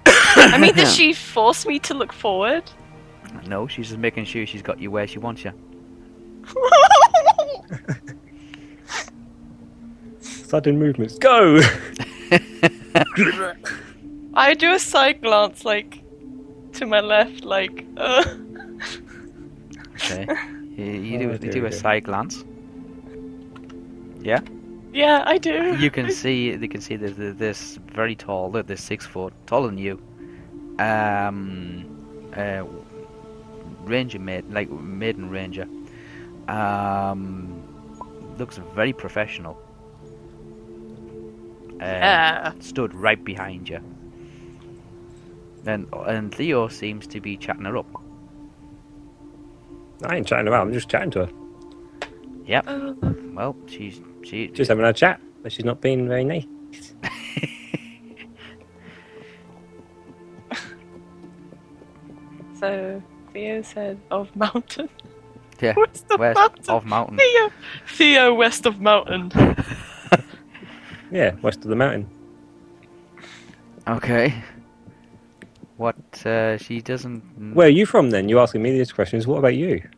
S3: I mean,
S1: *laughs*
S3: does she force me to look forward?
S1: *coughs* No, she's just making sure she's got you where she wants you. *laughs*
S2: Sudden movements. Go. *laughs*
S3: I do a side glance, like, to my left, like, uh, *laughs*
S2: *laughs*
S1: Okay. You, you do,
S2: Oh,
S1: you
S2: there
S1: do
S2: we
S1: a
S2: go.
S1: side glance.
S3: yeah, I do.
S1: You
S3: *laughs*
S1: can see. You can see that th- this very tall. Look, this six foot, taller than you. Um, uh, ranger maid, like maiden ranger. Um, looks very professional. Um,
S3: Yeah.
S1: stood right behind you. And and Theo seems to be chatting her up.
S2: I ain't chatting around. I'm just chatting to her.
S3: Uh,
S1: Well, she's she
S2: Just having a chat, but she's not being very nice.
S3: so, Theo said, of mountain. *laughs*
S1: yeah,
S3: Where's the
S1: west
S3: mountain?
S1: of
S3: *laughs*
S1: mountain.
S3: Theo, Theo, west of mountain.
S2: Yeah, west of the mountain.
S1: Okay. What uh, she doesn't.
S2: Where are you from then? You're asking me these questions. What about you?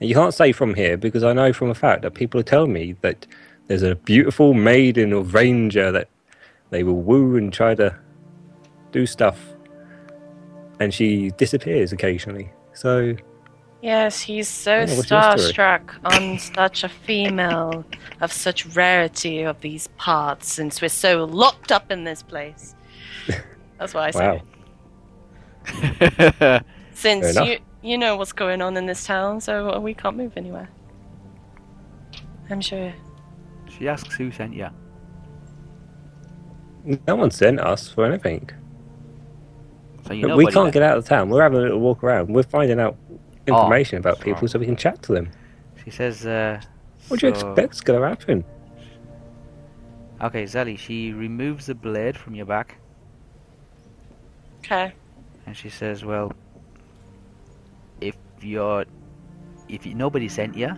S2: And you can't say from here because I know from a fact that people are telling me that there's a beautiful maiden or ranger that they will woo and try to do stuff. And she disappears occasionally. So,
S3: Yes, he's so
S2: Yeah, what's your story?
S3: starstruck on such a female of such rarity of these parts since we're so locked up in
S2: *laughs*
S3: this place. That's what I say.
S2: wow.
S3: Since
S2: Fair
S3: you you know what's going on in this town, so uh, we can't move anywhere. I'm sure.
S1: *laughs* she asks who sent you.
S2: No one sent us for anything.
S1: So you
S2: But
S1: know
S2: we
S1: where you
S2: can't
S1: went.
S2: get out of town. We're having a little walk around. We're finding out information about
S1: that's
S2: people
S1: wrong.
S2: so we can chat to them.
S1: She says. Uh,
S2: What do you
S1: so-
S2: expect's going to happen?
S1: Okay, Zelly. She removes the blade from your back,
S3: Okay.
S1: and she says, "Well, if you're, if you, nobody sent you,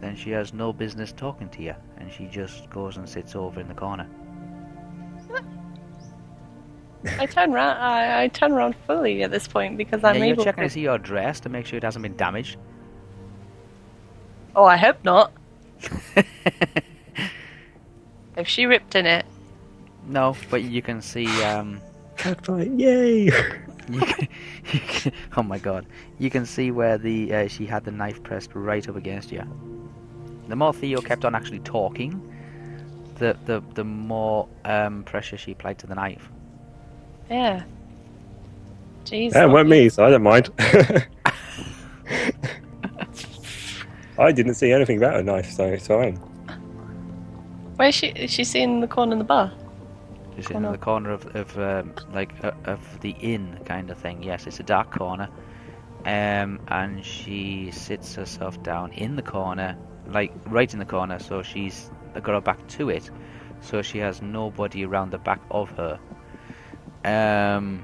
S1: then she has no business talking to you." And she just goes and sits over in the corner.
S3: I turn round. I, I turn around fully at this point because I'm
S1: yeah, you're
S3: able.
S1: checking
S3: To...
S1: to see your dress to make sure it hasn't been damaged. *laughs*
S3: Oh, I hope not.
S4: If she ripped in it,
S1: no, but you can see. Um,
S2: Catfight, yay! *laughs*
S1: *laughs* you can, you can, oh my god! You can see where the uh, she had the knife pressed right up against you. The more Theo kept on actually talking, the the the more um, pressure she applied to the knife.
S4: yeah. Jesus.
S2: that weren't me, so I don't mind. *laughs* I didn't see anything about a knife, so it's fine.
S3: Where's she? Is she sitting in the corner of the bar?
S1: Just in the corner of of um, like uh, of the inn kind of thing. Yes, it's a dark corner, um, and she sits herself down in the corner, like right in the corner. So she's got her back to it, so she has nobody around the back of her. Um,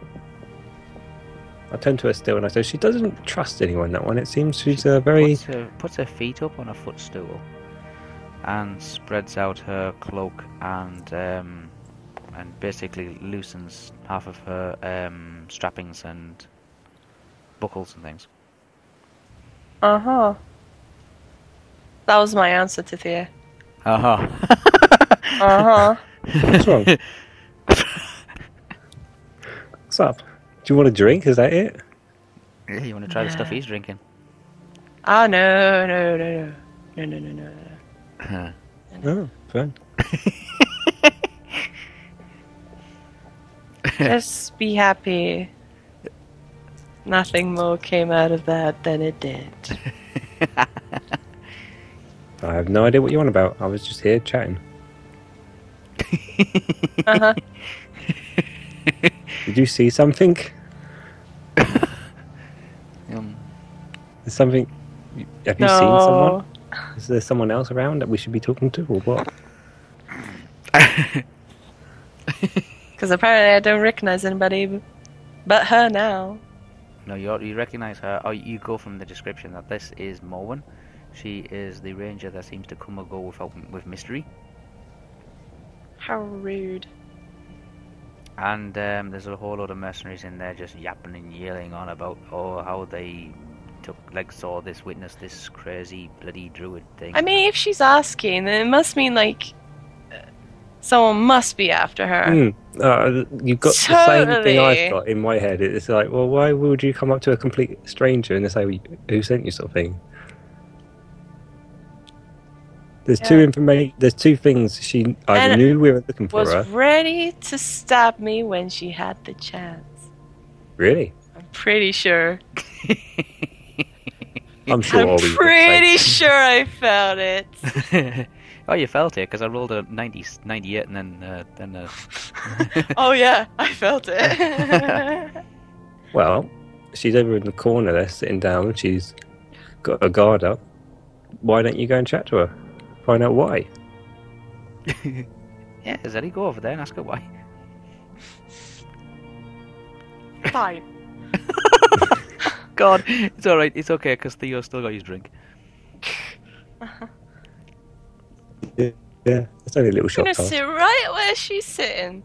S2: I turned to her still and I said, she doesn't trust anyone, that one. It seems she's uh, very.
S1: puts her, puts her feet up on a footstool and spreads out her cloak and um, and basically loosens half of her um, strappings and buckles and things.
S3: Uh huh. That was my answer to Thea.
S1: Uh-huh. *laughs*
S2: *laughs*
S3: Uh huh.
S2: What's wrong? What's up? Do you want a drink? Is that it?
S1: Yeah, you want to try the stuff he's drinking?
S3: Ah no no no no no no no no.
S2: Oh, fine.
S3: *laughs*
S1: *laughs*
S3: Just be happy. Nothing more came out of that than it did.
S2: *laughs* I have no idea what you're on about. I was just here chatting.
S3: Uh huh.
S2: Did you see something?
S1: um,
S2: Is something. Have you
S3: no.
S2: seen someone? Is there someone else around that we should be talking to, or what?
S3: Because apparently I don't recognize anybody b- but her now.
S1: no, you you recognise her? Or you go from the description that this is Mowen. She is the ranger that seems to come or go without with mystery.
S3: How rude.
S1: And um, there's a whole lot of mercenaries in there just yapping and yelling on about oh how they took like saw this witness this crazy bloody druid thing.
S3: I mean, if she's asking, then it must mean like uh, someone must be after her.
S2: Hmm. Uh, you've got the same thing
S3: Totally.
S2: I've got in my head. It's like, well, why would you come up to a complete stranger and say, "Who sent you something?" There's two
S3: Yeah.
S2: information. There's two things she. I
S3: And
S2: knew we were looking for
S3: Was
S2: her.
S3: ready to stab me when she had the chance.
S2: Really,
S3: I'm pretty sure.
S2: I'm sure. all
S3: I'm
S2: we would say-
S3: pretty sure I found it.
S1: *laughs* oh, you felt it because I rolled a 90, 98 and then uh, then. Uh...
S3: *laughs* Oh yeah, I felt
S2: *laughs*
S3: it.
S2: *laughs* Well, she's over in the corner there, sitting down. She's got a guard up. Why don't you go and chat to her? Find out why.
S1: *laughs* yeah, Zeddy, go over there and ask her
S3: *laughs*
S1: why. *laughs*
S3: Fine.
S1: God, it's all right, it's okay because Theo's still got his drink.
S2: Yeah, it's only a little
S3: I'm
S2: shot.
S3: gonna
S2: task.
S3: sit right where she's sitting.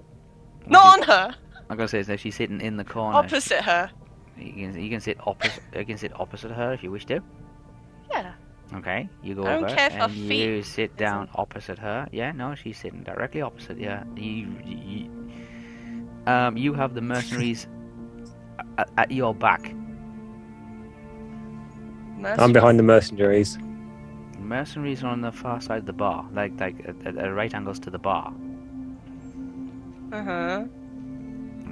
S3: Not on her.
S1: I'm gonna say is that she's sitting in the corner.
S3: Opposite her.
S1: You can you can sit opposite you can sit opposite her if you wish to.
S3: Yeah.
S1: Okay, you go
S3: I don't
S1: over
S3: care if her
S1: and
S3: feet
S1: you sit down opposite her. Yeah, no, she's sitting directly opposite you. You, you, um, you have the mercenaries at, at your back.
S3: That's
S2: I'm behind the mercenaries.
S1: Mercenaries are on the far side of the bar, like like at, at- at right angles to the bar.
S3: Uh huh.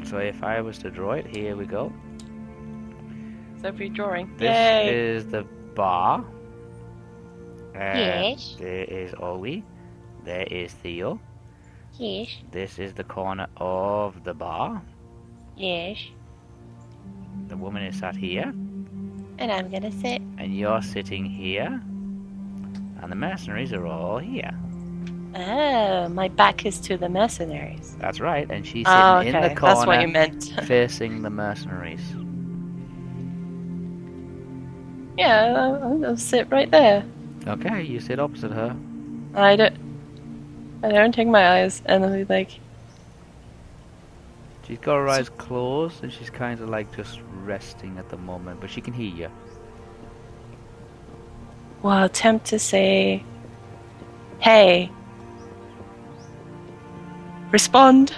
S1: So if I was to draw it, here we go.
S3: So free drawing.
S1: This
S3: Yay.
S1: is the bar. Uh,
S4: Yes.
S1: There is Ollie. There is Theo.
S4: Yes,
S1: This is the corner of the bar.
S4: yes,
S1: The woman is sat here.
S3: And I'm gonna sit.
S1: and you're sitting here, and the mercenaries are all here.
S3: Oh, my back is to the mercenaries.
S1: That's right, and she's sitting
S3: Oh,
S1: in the
S3: okay.
S1: corner,
S3: That's what you meant. *laughs*
S1: facing the mercenaries.
S3: yeah, I'll, I'll sit right there.
S1: Okay, you sit opposite her.
S3: I don't. I don't take my eyes, and I'll be like,
S1: She's got her eyes closed, and she's kind of like just resting at the moment, but she can hear you.
S3: well, attempt to say, "Hey, respond."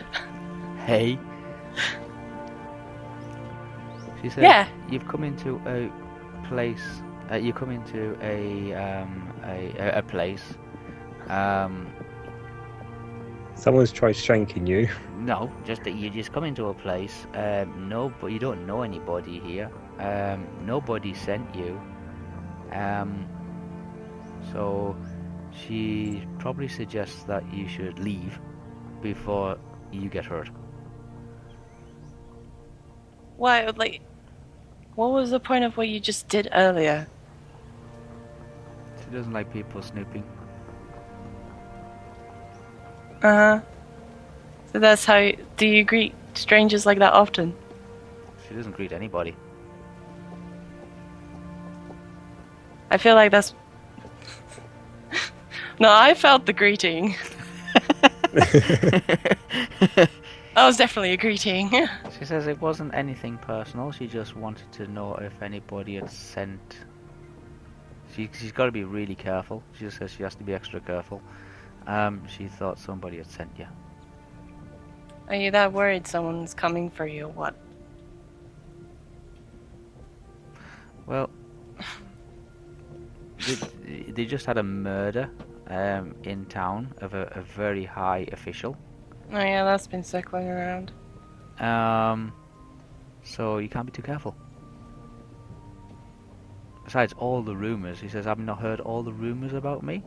S1: Hey. *laughs* She says,
S3: Yeah.
S1: "You've come into a place. Uh, you come into a um, a, a- a place. Um,
S2: Someone's tried shanking you. *laughs*
S1: No, just that you just come into a place. Um, no, but you don't know anybody here. Um, nobody sent you. Um, so she probably suggests that you should leave before you get hurt.
S3: Why? Like, what was the point of what you just did earlier?
S1: She doesn't like people snooping.
S3: Uh huh. So that's how. You, do you greet strangers like that often?
S1: She doesn't greet anybody.
S3: I feel like that's. *laughs* no, I felt the greeting. That was definitely a greeting. *laughs*
S1: She says it wasn't anything personal. She just wanted to know if anybody had sent. She she's got to be really careful. She says she has to be extra careful. Um, she thought somebody had sent you.
S3: Are you that worried someone's coming for you? What?
S1: Well, *sighs* they, they just had a murder um, in town of a, a very high official.
S3: Oh yeah, that's been circling around.
S1: Um, so you can't be too careful. Besides all the rumors, he says, I've not heard all the rumors about me.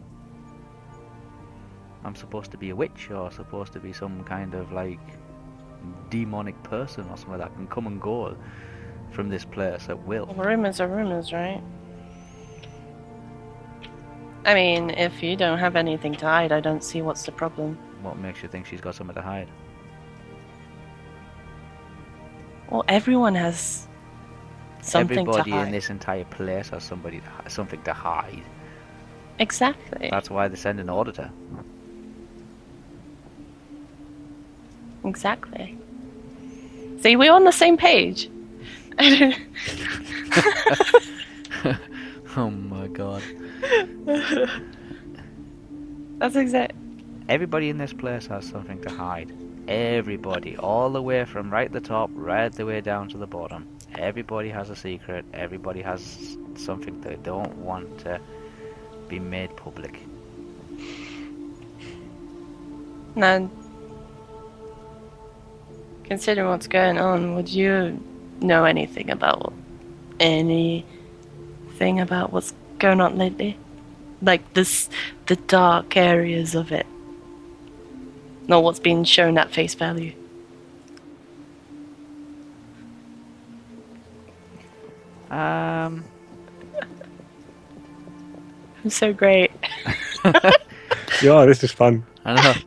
S1: I'm supposed to be a witch or supposed to be some kind of like demonic person or something that can come and go from this place at will.
S3: Well, rumors are rumors, right? I mean, if you don't have anything to hide, I don't see what's the problem.
S1: What makes you think she's got something to hide?
S3: Well, everyone has something
S1: Everybody
S3: to hide.
S1: in this entire place has somebody to, hi- something to hide.
S3: Exactly.
S1: That's why they send an auditor.
S3: Exactly. See, we're on the same page. *laughs* I don't.
S1: oh my god.
S3: That's exact.
S1: Everybody in this place has something to hide. Everybody, all the way from right at the top, right the way down to the bottom. Everybody has a secret. Everybody has something they don't want to be made public.
S3: Now, considering what's going on, would you know anything about anything about what's going on lately? Like this, the dark areas of it. Not what's being shown at face value.
S1: Um,
S3: I'm so great.
S2: yeah, this is fun.
S1: I don't know. *laughs*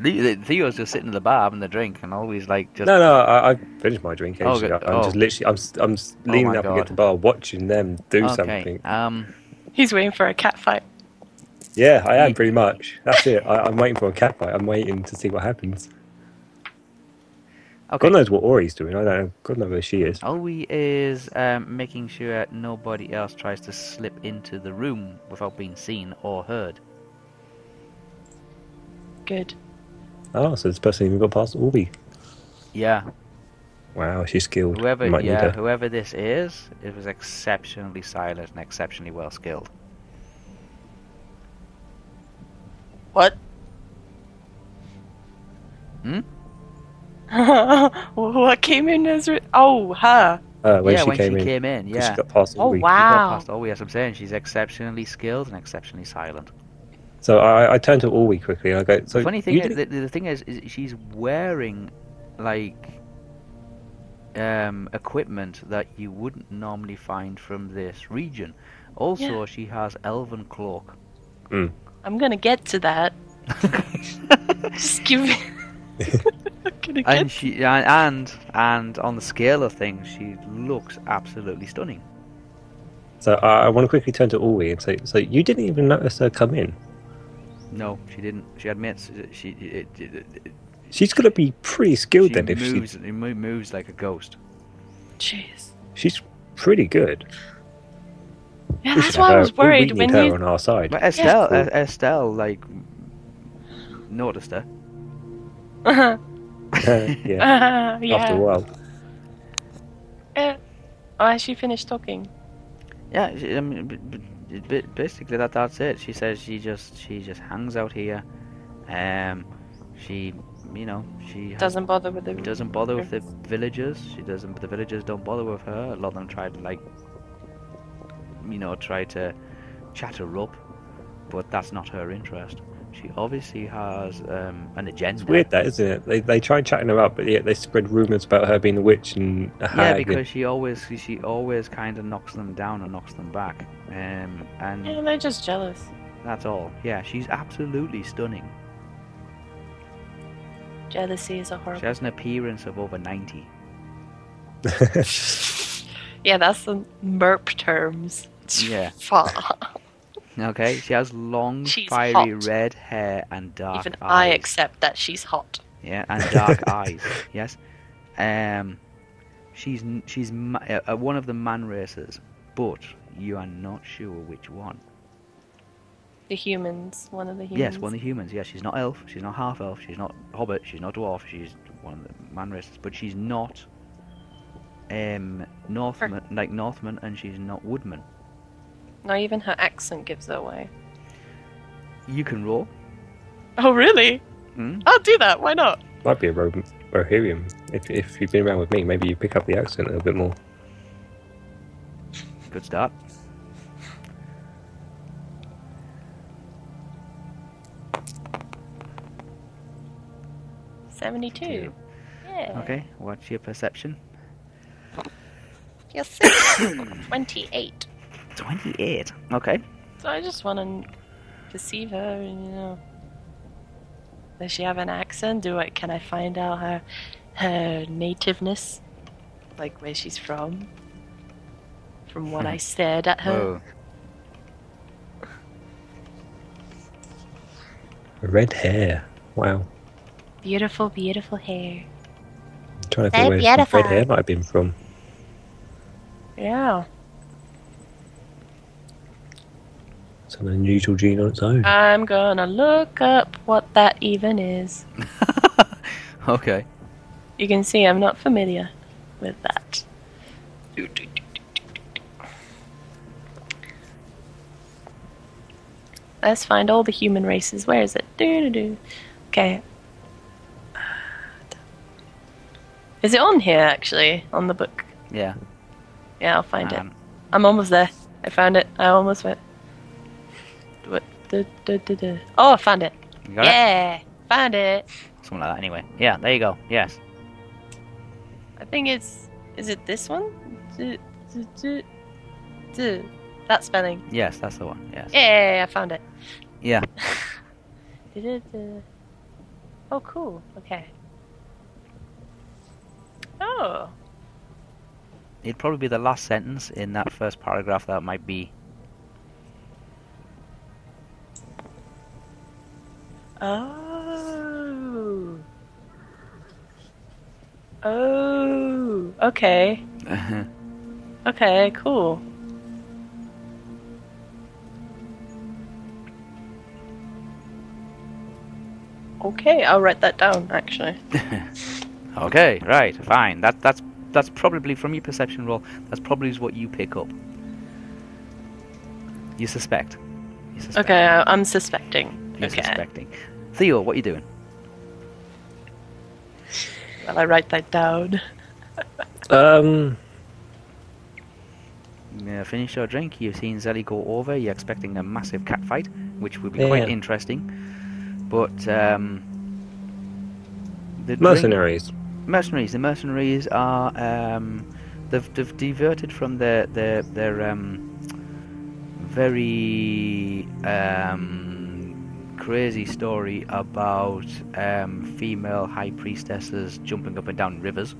S1: The- the- Theo's just sitting at the bar having the drink and always like just.
S2: No, no, I, I finished my drink.
S1: Oh,
S2: Ages
S1: good.
S2: ago. I'm just
S1: Oh.
S2: literally, I'm, s- I'm s- leaning
S1: my
S2: up against the
S1: God.
S2: bar, watching them do
S1: okay.
S2: something.
S1: Um.
S3: He's waiting for a cat fight.
S2: Yeah, I am
S1: You-
S2: pretty much. That's it. I, I'm waiting for a cat fight. I'm waiting to see what happens.
S1: Okay.
S2: God knows what Ori's doing. I don't know. God knows where she is.
S1: All we is um, making sure nobody else tries to slip into the room without being seen or heard.
S3: Good.
S2: Oh, so this person even got past Ori.
S1: Yeah,
S2: Wow, she's skilled.
S1: whoever
S2: Might need
S1: yeah
S2: her.
S1: whoever this is, it was exceptionally silent and exceptionally well skilled.
S3: What?
S1: Hmm?
S3: *laughs* what came in as. Re- oh, her.
S2: Uh, when
S1: yeah,
S2: she
S1: when
S2: came
S1: she
S2: in,
S1: came in,
S2: 'cause
S1: yeah.
S2: she got past
S3: Oh,
S2: Ori.
S1: She got
S3: wow.
S1: past all we as I'm saying, she's exceptionally skilled and exceptionally silent.
S2: So I, I turned to Ori quickly. And I go. So
S1: the funny thing
S2: you
S1: is,
S2: did-
S1: the, the thing is, is she's wearing like um, equipment that you wouldn't normally find from this region. Also, she has elven cloak.
S3: I'm gonna get to that. Just give *laughs* me. I'm gonna get
S1: and she and- and and on the scale of things, she looks absolutely stunning.
S2: So I I want to quickly turn to Orwe and say, so you didn't even notice her come in.
S1: No, she didn't. She admits that she it, it, it,
S2: She's going to be pretty skilled
S1: she
S2: then if
S1: moves,
S2: she,
S1: it mo- moves like a ghost.
S3: Jeez.
S2: she's pretty good.
S3: Yeah,
S2: We
S3: that's
S2: should
S3: why
S2: have
S3: I
S2: her-
S3: was
S2: we-
S3: worried
S2: we
S3: when
S2: need her
S3: you.
S2: on our side.
S1: But Estelle,
S2: Cool.
S1: uh, Estelle, like noticed her.
S3: *laughs* Uh-huh.
S2: *laughs*
S3: *laughs*
S2: yeah, after
S3: Uh,
S2: a
S3: yeah.
S2: while.
S3: Oh, has she finished talking?
S1: *laughs* Yeah, she, I mean, b- b- b- basically that that's it. She says she just she just hangs out here. Um, she, you know, she has-
S3: Doesn't bother with the.
S1: doesn't bother with the villagers. She doesn't. The villagers don't bother with her. A lot of them try to like, you know, try to chat her up, but that's not her interest. She obviously has um, an agenda.
S2: It's weird that, isn't it? They, they try chatting her up, but yet they spread rumours about her being a witch and a hag.
S1: Yeah,
S2: and-
S1: because she always she always kind of knocks them down and knocks them back, um,
S3: Yeah,
S1: and
S3: they're just jealous.
S1: that's all. Yeah, she's absolutely stunning.
S3: Jealousy is a
S1: She
S3: horrible.
S1: has an appearance of over ninety.
S3: Yeah, that's the merp terms.
S1: Yeah.
S3: Fuck.
S2: Ah,
S1: Okay, she has long,
S3: She's
S1: fiery
S3: hot.
S1: red hair and dark
S3: *laughs* Even
S2: ah,
S1: eyes.
S3: I accept that she's hot.
S1: yeah, and dark eyes. Yes, um, she's n- she's ma- uh, uh, one of the man races, but you are not sure which one.
S3: The humans, one of the humans.
S1: Yes, one of the humans. Yeah, she's not elf. She's not half elf. She's not hobbit. She's not dwarf. She's one of the man races, but she's not um Northman like Northman, and she's not Woodman.
S3: Not even her accent gives it away.
S1: You can roll.
S3: Oh, really?
S1: Mm?
S3: I'll do that. Why not?
S2: Might be a Ro- Rohirrim. If, if you've been around with me, maybe you pick up the accent a little bit more.
S1: Good start.
S3: Seventy-two. Yeah.
S1: Okay, what's your perception?
S3: You're six. Twenty-eight.
S1: Twenty-eight. Okay.
S3: So I just want to perceive her, and you know, does she have an accent? Do I can I find out her her nativeness, like where she's from? From what I stared at her.
S1: Whoa.
S2: Red hair. Wow.
S3: Beautiful, beautiful hair.
S2: I'm trying to
S3: They're
S2: think where some
S3: beautiful.
S2: red hair might have been from.
S3: Yeah.
S2: Some unusual gene on its own.
S3: I'm gonna look up what that even is.
S1: okay.
S3: You can see I'm not familiar with that. Let's find all the human races. Where is it? Doo-doo-doo. Okay. *sighs* Is it on here actually? On the book?
S1: Yeah.
S3: Yeah, I'll find it.
S1: um,
S3: I'm almost there. I found it. I almost went. What? Du- du- du- du. Oh, I found it.
S1: You got it?
S3: yeah, found it.
S1: Something like that, anyway. Yeah, there you go. Yes.
S3: I think it's. Is it this one? Du- du- du- du. That spelling.
S1: Yes, that's the one. Yes.
S3: Yeah, I found it.
S1: Yeah.
S3: Du- du- du. Oh, cool. Okay. Oh,
S1: It'd probably be the last sentence in that first paragraph that might be.
S3: oh, oh. Okay, okay, cool. Okay, I'll write that down. Actually,
S1: okay, right, fine. That that's that's probably from your perception roll. That's probably is what you pick up. You suspect. You suspect.
S3: okay, I- I'm suspecting.
S1: You're
S3: okay.
S1: suspecting. Theo, what are you doing?
S3: Well, I write that down.
S2: Um,
S1: Uh, finish your drink. You've seen Zelly go over. You're expecting a massive cat fight, which would be quite
S2: Yeah.
S1: interesting. But um, the drink-
S2: mercenaries.
S1: mercenaries. The mercenaries are um, they've, they've diverted from their their their um, very um, crazy story about um, female high priestesses jumping up and down rivers.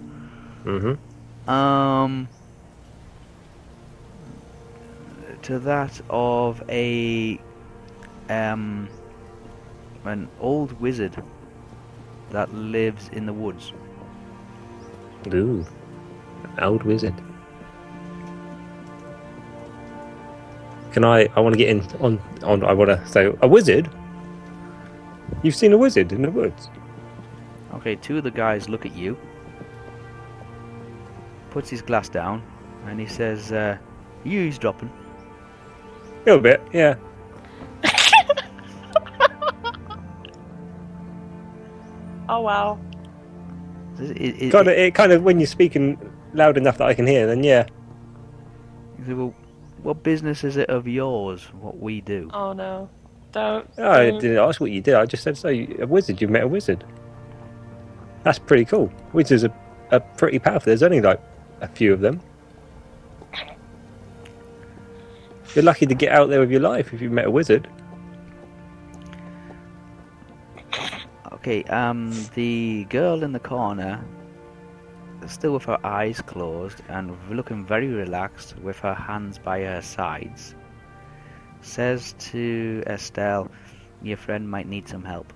S2: Mm-hmm.
S1: Um, to that of a um, an old wizard that lives in the woods.
S2: Ooh, old wizard. Can I? I want to get in on on. I want to. So a wizard. You've seen a wizard in the woods.
S1: Okay, two of the guys look at you, puts his glass down, and he says, uh, "You eavesdropping?"
S2: A little bit, yeah.
S3: Oh wow.
S1: Is- is- is-
S2: Kind of. It kind of when you're speaking loud enough that I can hear. Then yeah.
S1: He said, "Well, what business is it of yours? What we do?"
S3: Oh no. Don't.
S2: Oh, I
S3: don't.
S2: didn't ask what you did. I just said so. you- A wizard. You met a wizard. That's pretty cool. Wizards are, are pretty powerful. There's only like a few of them. You're lucky to get out there with your life if you met a wizard.
S1: Okay, um, the girl in the corner, still with her eyes closed and looking very relaxed, with her hands by her sides, says to Estelle, "Your friend might need some help."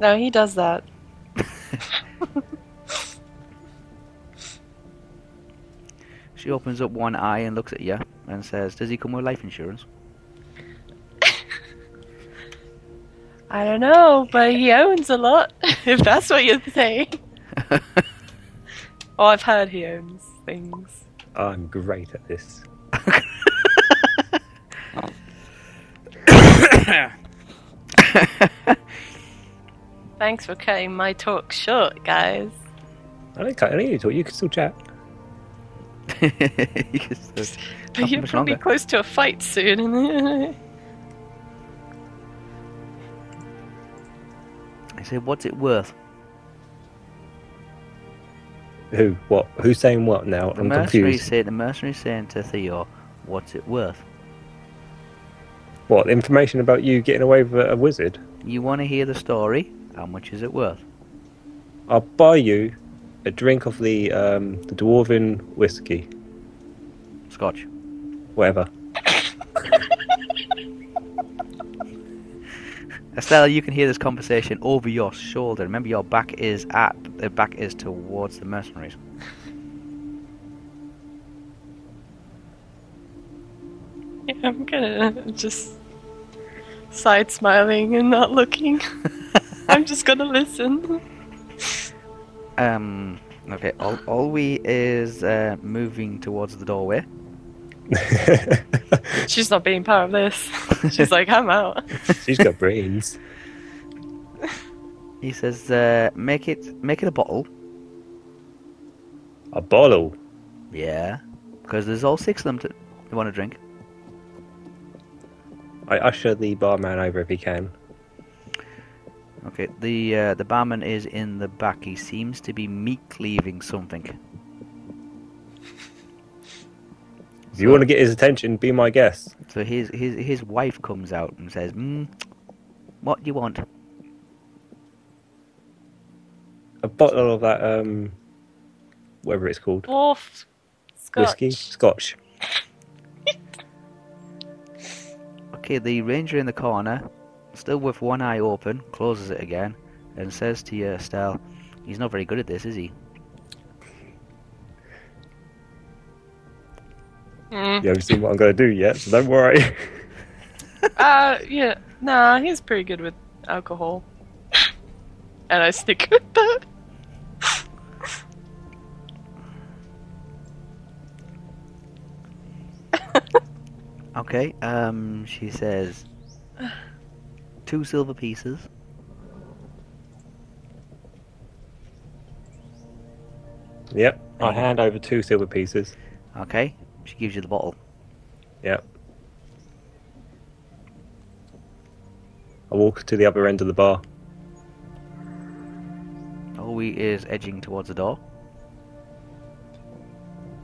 S3: No, he does that.
S1: She opens up one eye and looks at you and says, "Does he come with life insurance?"
S3: I don't know, but he owns a lot. *laughs* if that's what you're saying. Oh, I've heard he owns things.
S2: I'm great at this.
S3: Thanks for cutting my talk short, guys.
S2: I don't, cut- I don't need to talk. You can still chat.
S1: You can still-
S3: But you're
S1: much
S3: probably
S1: longer.
S3: close to a fight soon. *laughs* and-
S1: I said, "What's it worth?"
S2: Who? What? Who's saying what now?
S1: The
S2: I'm
S1: mercenary
S2: confused.
S1: said, "The mercenary saying to Theo, what's it worth?"
S2: What? Information about you getting away with a, a wizard?
S1: You want to hear the story? How much is it worth?
S2: I'll buy you a drink of the um, the dwarven whiskey,
S1: Scotch.
S2: whatever. *laughs*
S1: Estelle, you can hear this conversation over your shoulder. Remember, your back is at the back is towards the mercenaries. *laughs*
S3: I'm gonna just side smiling and not looking. *laughs* I'm just gonna listen.
S1: Um. Okay. All, all we is uh, moving towards the doorway.
S3: She's not being part
S2: *laughs*
S3: of this. She's like, I'm out.
S2: She's got brains.
S1: He says, uh, "Make it, make it a bottle."
S2: A bottle.
S1: Yeah. Because there's all six of them to they want to drink.
S2: I usher the barman over if he can.
S1: Okay. The uh, the barman is in the back. He seems to be meat leaving something.
S2: If you want to get his attention, be my guest.
S1: So his his his wife comes out and says, mm, "What do you want?"
S2: A bottle of that um, whatever it's called,
S3: Dwarf. Scotch.
S2: whiskey, scotch.
S1: Okay, the ranger in the corner, still with one eye open, closes it again and says to you, Estelle, he's not very good at this, is he?
S3: Mm.
S2: You haven't seen what I'm going to do yet, so don't worry. *laughs*
S3: Uh, yeah. Nah, he's pretty good with alcohol. *laughs* and I stick with that.
S1: Okay, um, she says, two silver pieces.
S2: Yep. I hand over two silver pieces.
S1: Okay, she gives you the bottle.
S2: Yep. I walk to the other end of the bar.
S1: Zoe is edging towards the door.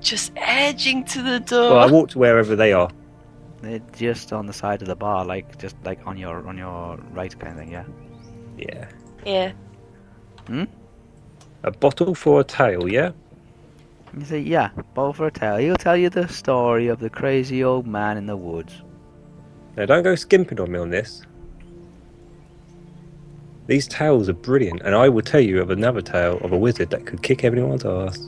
S4: Just edging to the door.
S2: Well, I walked wherever they are.
S1: They're just on the side of the bar, like just like on your on your right kind of thing. Yeah.
S2: Yeah.
S4: yeah.
S2: A bottle for a tail, yeah?
S1: You say, yeah, bowl for a tale. He'll tell you the story of the crazy old man in the woods.
S2: Now, don't go skimping on me on this. These tales are brilliant, and I will tell you of another tale of a wizard that could kick everyone's ass.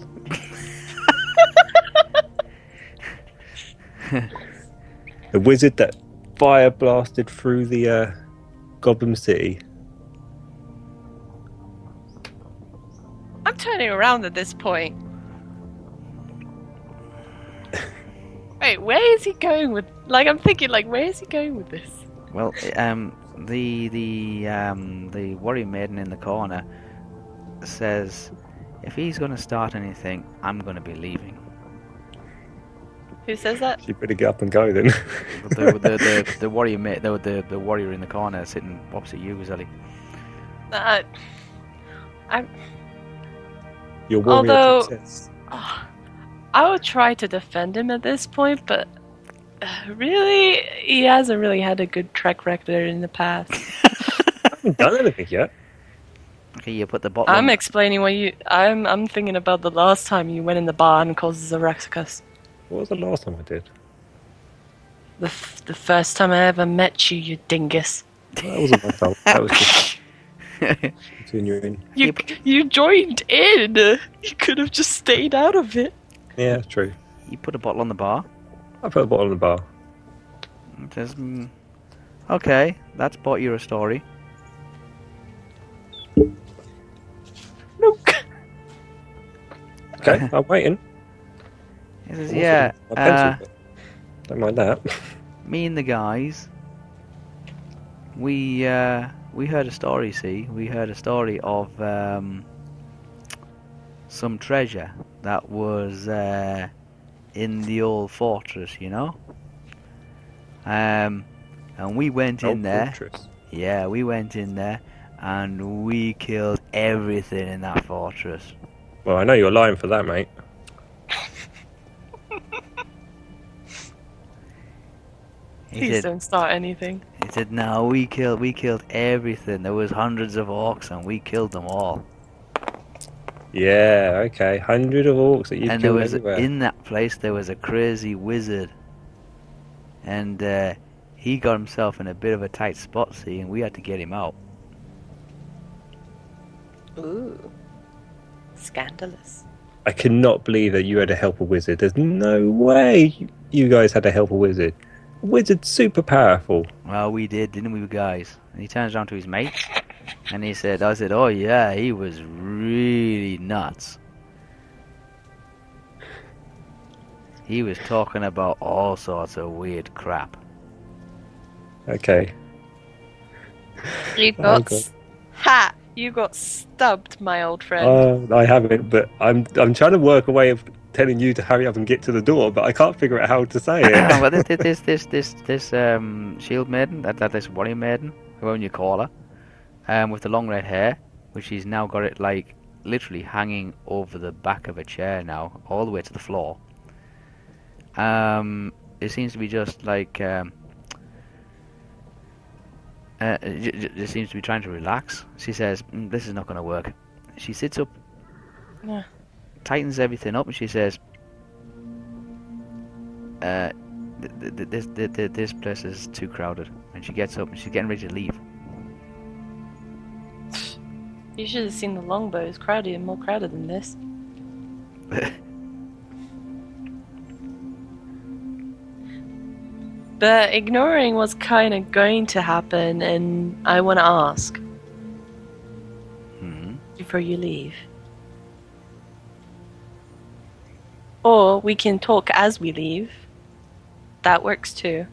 S2: the wizard that fire blasted through the uh, Goblin City.
S4: I'm turning around at this
S2: *laughs*
S4: point.
S3: Wait, where is he going with? Like, I'm thinking, like, where is he going with this?
S1: Well, um, the the um, the warrior maiden in the corner says, if he's going to start anything, I'm going to be leaving.
S4: Who says that?
S2: You better get up and go then. *laughs*
S1: The the, the, the, the warrior ma- the, the the warrior in the corner sitting opposite you, Zelly.
S4: Uh,
S2: Your warrior
S4: Although-
S2: princess.
S4: I would try to defend him at this point, but
S3: Uh, Really, he hasn't really had a good track record in the past.
S2: haven't done anything yet.
S1: Okay, you put the bottle.
S4: I'm
S1: on-
S4: explaining why you. I'm I'm thinking about the last time you went in the bar and caused us a ruckus.
S2: What was the last time I did?
S4: The f- the first time I ever met you, you dingus.
S2: Well, that wasn't my fault. That was just continuing.
S3: You you joined in. You could have just stayed out of it.
S2: Yeah, it's true.
S1: *laughs* you put a bottle on the bar.
S2: I put a bottle in the bar.
S1: and says, "Hmm, okay, that's bought you a story.
S4: *laughs*
S3: Look,
S2: Okay, I'm waiting.
S1: He says,
S2: Also,
S1: yeah,
S2: my
S1: uh,
S2: pencil. Don't mind that.
S1: me and the guys, we uh, we heard a story. See, we heard a story of um, some treasure that was uh, in the old fortress. You know, um, and we went in
S2: Oh,
S1: there.
S2: fortress.
S1: Yeah, we went in there, and we killed everything in that fortress.
S2: Well, I know you're lying for that, mate.
S1: He
S3: please
S1: said-
S3: don't start anything.
S1: He said, "No, we killed, we killed everything. There was hundreds of orcs, and we killed them all.
S2: Yeah, okay. Hundred of orcs that you've
S1: and there
S2: killed
S1: was
S2: everywhere.
S1: in that place there was a crazy wizard, and uh, he got himself in a bit of a tight spot, see, and we had to get him out.
S4: Ooh, scandalous.
S2: I cannot believe that you had to help a wizard. There's no way you- you guys had to help a wizard. Wizard's super powerful.
S1: Well, we did, didn't we, guys?" And he turns around to his mate, and he said, "I said, oh yeah, he was really nuts." He was talking about all sorts of weird crap.
S2: Okay.
S4: You
S2: Oh,
S4: got
S2: God.
S4: s- ha. You got stubbed, my old friend.
S2: Uh, I haven't, but I'm I'm trying to work a way of telling you to hurry up and get to the door, but I can't figure out how to say it.
S1: *laughs* well, this, this, this, this, this, this um, shield maiden, that, that this warrior maiden, whoever you call her, um, with the long red hair, which she's now got it like literally hanging over the back of a chair now, all the way to the floor. Um, it seems to be just like um, uh, j- j- it seems to be trying to relax. She says, "Mm, "This is not going to work." She sits up,
S4: Yeah.
S1: tightens everything up, and she says, uh, th- th- th- this, th- th- this place is too crowded. And she gets up and she's getting ready to leave.
S4: You should have seen the longbow. It's crowded and more crowded than this. but ignoring what's kind of going to happen, and I want to ask
S1: Hmm.
S4: before you leave. Or we can talk as we leave. That works too.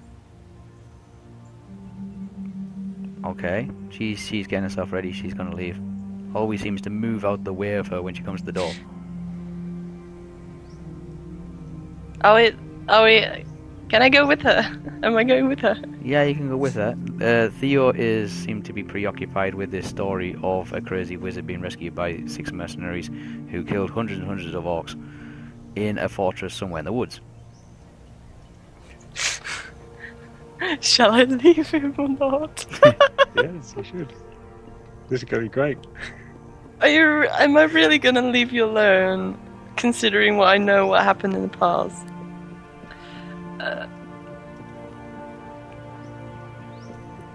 S1: Okay. She's, she's getting herself ready. She's going to leave. Always seems to move out the way of her when she comes to the door.
S4: Are we? Are we? Can I go with her? *laughs* Am I going with her?
S1: Yeah, you can go with that. Uh, Theo is seemed to be preoccupied with this story of a crazy wizard being rescued by six mercenaries who killed hundreds and hundreds of orcs in a fortress somewhere in the woods.
S5: Shall I leave him or not?
S2: yes, you should. This is going to be great.
S5: Are you? Am I really gonna leave you alone, considering what I know what happened in the past?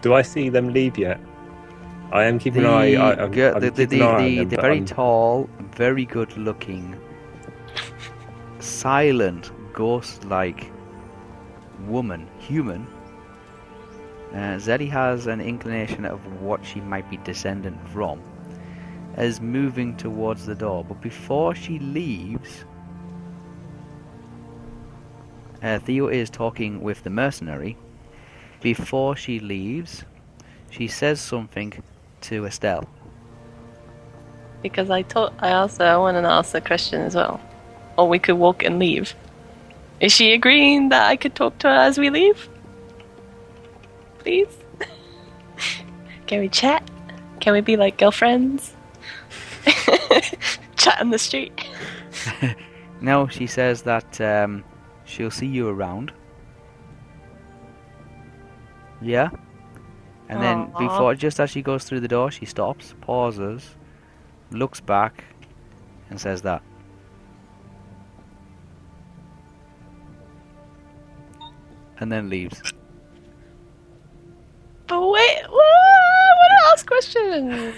S2: Do I see them leave yet? I am keeping an eye. I, I'm,
S1: girl-
S2: I'm
S1: the, the,
S2: keeping
S1: the-
S2: an eye on
S1: the-
S2: them,
S1: the
S2: but
S1: very
S2: I'm-
S1: tall, very good looking, silent, ghost like woman, human. Uh, Zeddy has an inclination of what she might be descendant from, is moving towards the door. But before she leaves, uh, Theo is talking with the mercenary. Before she leaves, she says something to Estelle.
S3: Because I told, I also I want to ask a question as well. Or we could walk and leave.
S5: Is she agreeing that I could talk to her as we leave? Please? *laughs*
S3: Can we chat? Can we be like girlfriends?
S5: *laughs* Chat on the street.
S1: No, she says that um, she'll see you around. Yeah. And then
S3: Aw.
S1: before, just as she goes through the door, she stops, pauses, looks back, and says that. And then leaves.
S3: But wait, whoa, I want to ask questions.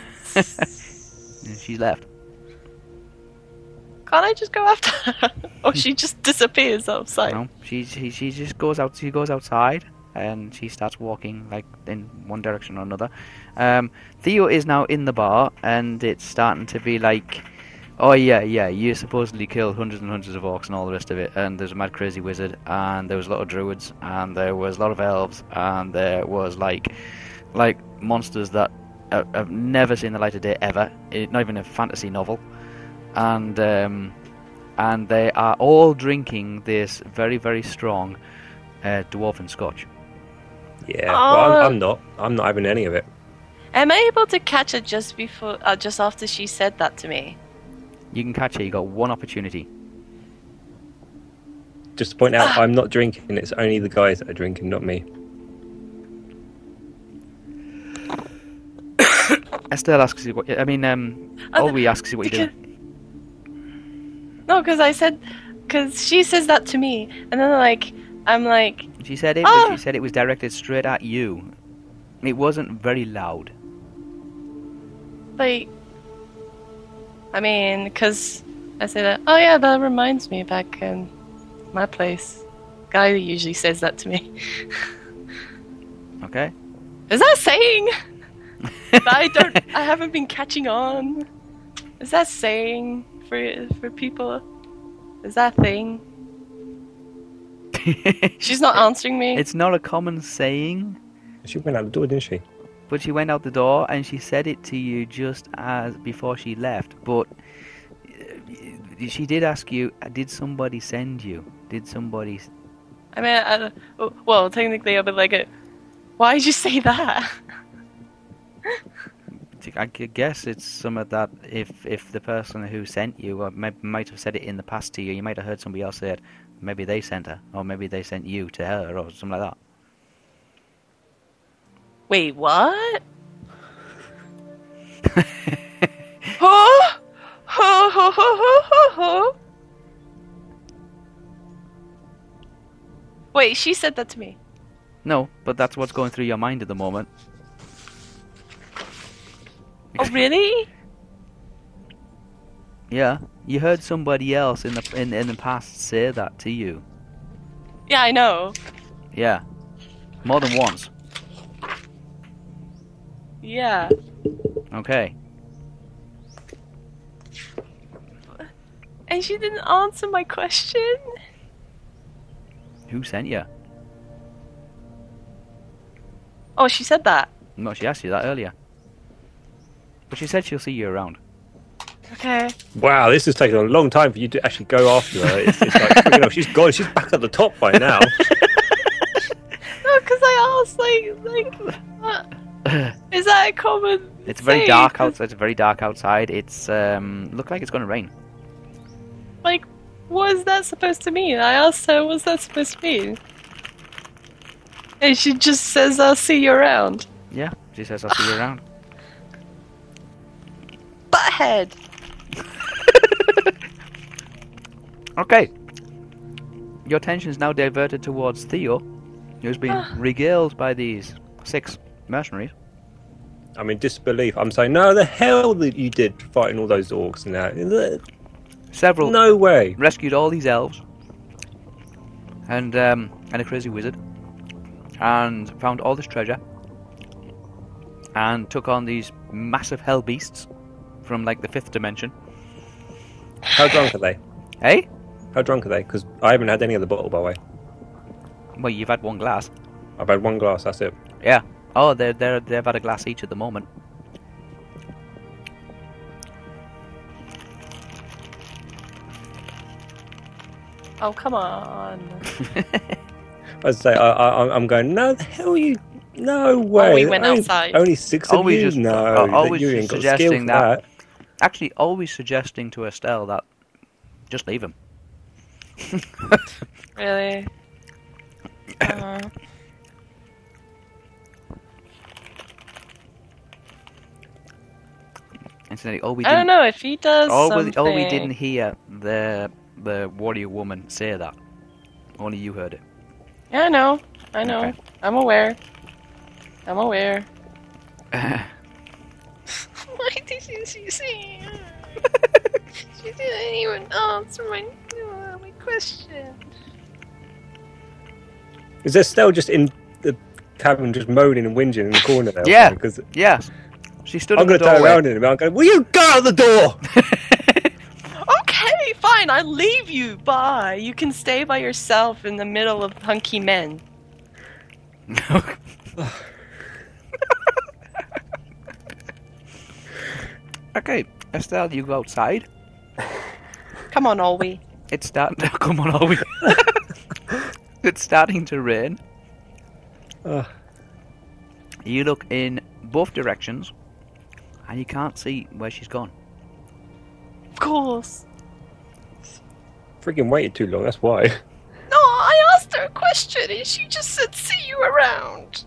S1: And she's left.
S3: Can't I just go after *laughs* her? or she just disappears outside?
S1: No, she, she she just goes out. She goes outside and she starts walking like in one direction or another. Um, Theo is now in the bar and it's starting to be like, oh yeah, yeah, you supposedly killed hundreds and hundreds of orcs and all the rest of it. And there's a mad crazy wizard and there was a lot of druids and there was a lot of elves and there was like, like monsters that I- I've never seen the light of day ever. It, not even a fantasy novel. And um, and they are all drinking this very, very strong uh, dwarven scotch.
S2: Yeah, well,
S3: Oh.
S2: I'm, I'm not. I'm not having any of it.
S3: Am I able to catch her just before, uh, just after she said that to me?
S1: You can catch her. You got one opportunity.
S2: Just to point out, I'm not drinking. It's only the guys that are drinking, not me.
S1: Estelle asks you. What, I mean, um,
S3: Oh,
S1: Olwe asks you what you're doing.
S3: No, because I said, because she says that to me, and then like I'm like,
S1: She said it. but
S3: Ah!
S1: She said it was directed straight at you. It wasn't very loud.
S3: like, I mean, because I say that. Oh yeah, that reminds me back in my place. Guy usually says that to me. *laughs*
S1: Okay.
S3: Is that saying? *laughs* I don't. I haven't been catching on. Is that saying for for people? Is that thing? She's not answering
S1: *laughs*
S3: me.
S1: it's not a common saying,
S2: She went out the door, didn't she?
S1: but she went out the door and she said it to you just as before she left. But uh, she did ask you, "Did somebody send you? Did somebody
S3: I mean, I, don't- oh, well, technically, I'll be like, uh, why did you say that? *laughs*
S1: T- I gu- guess it's some of that. If if the person who sent you or may, might have said it in the past to you, you might have heard somebody else say it. Maybe they sent her, or maybe they sent you to her, or something like that.
S3: Wait, what? Huh? Huh, huh, huh, huh, huh, huh? Wait, she said that to me.
S1: *laughs* No, but that's what's going through your mind at the moment. *laughs*
S3: Oh, really?
S1: Yeah, you heard somebody else in the in, in the past say that to you.
S3: Yeah, I know.
S1: Yeah, more than once.
S3: Yeah.
S1: Okay,
S3: And she didn't answer my question?
S1: who sent you?
S3: Oh, she said that.
S1: No, she asked you that earlier. But she said she'll see you around.
S3: Okay.
S2: Wow, this has taken a long time for you to actually go after *laughs* her. It's, it's like, freaking hell, she's gone. She's back at the top by now.
S3: No, because I my ass. Like, like, what?
S1: *laughs*
S3: is that a common?
S1: It's very
S3: thing?
S1: dark outside. It's very dark outside. It's um, look like it's going to rain.
S3: Like, what is that supposed to mean? I asked her, what's that supposed to mean? And she just says, "I'll see you around."
S1: Yeah, she says I'll see you around.
S3: Butthead.
S1: Okay. Your attention is now diverted towards Theo, who's been regaled by these six mercenaries.
S2: I'm in disbelief. I'm saying, no, the hell that you did fighting all those orcs and that.
S1: Several
S2: No way.
S1: rescued all these elves and um, and a crazy wizard and found all this treasure and took on these massive hell beasts from like the fifth dimension.
S2: How drunk are they?
S1: Hey,
S2: How drunk are they? Because I haven't had any of the bottle, by the way.
S1: well you've had one glass.
S2: I've had one glass, that's it.
S1: Yeah. Oh, they're, they're, they've had a glass each at the moment. *laughs*
S3: Oh come on.
S2: I'd say, I, I, I'm going, no, the hell you. No way.
S3: Oh, we went
S2: only,
S3: outside.
S2: Only six of
S1: Always
S2: you?
S1: just-
S2: no.
S1: uh,
S2: that
S1: always
S2: you
S1: just
S2: ain't got skill
S1: suggesting
S2: for
S1: that.
S2: that.
S1: Actually, always suggesting to Estelle that just leave him.
S3: Really? Uh,
S1: Incidentally, all we
S3: I don't
S1: didn't,
S3: know if he does.
S1: all we,
S3: Oh, something...
S1: all we didn't hear the the warrior woman say that. Only you heard it. *laughs*
S3: Yeah, I know. I know.
S1: Okay.
S3: I'm aware. I'm aware.
S4: *laughs* Why didn't she say? uh, she didn't even answer my, uh, my question.
S2: Is Estelle just in the cabin, just moaning and whinging in the corner there?
S1: Yeah.
S2: Because
S1: yes, she stood in
S2: I'm
S1: the
S2: going to turn
S1: doorway.
S2: around in a minute. I'm going, will you go out the door?
S3: Okay, fine. I leave you. Bye. You can stay by yourself in the middle of hunky men.
S1: *laughs* okay, Estelle, you go outside.
S3: Come on, Olwe.
S1: It's *laughs* starting. Come on, are we? it's starting to rain.
S2: Ugh.
S1: You look in both directions, and you can't see where she's gone. *laughs*
S3: Of course.
S2: Freaking waited too long, that's why. *laughs*
S4: No, I asked her a question and she just said, "See you around."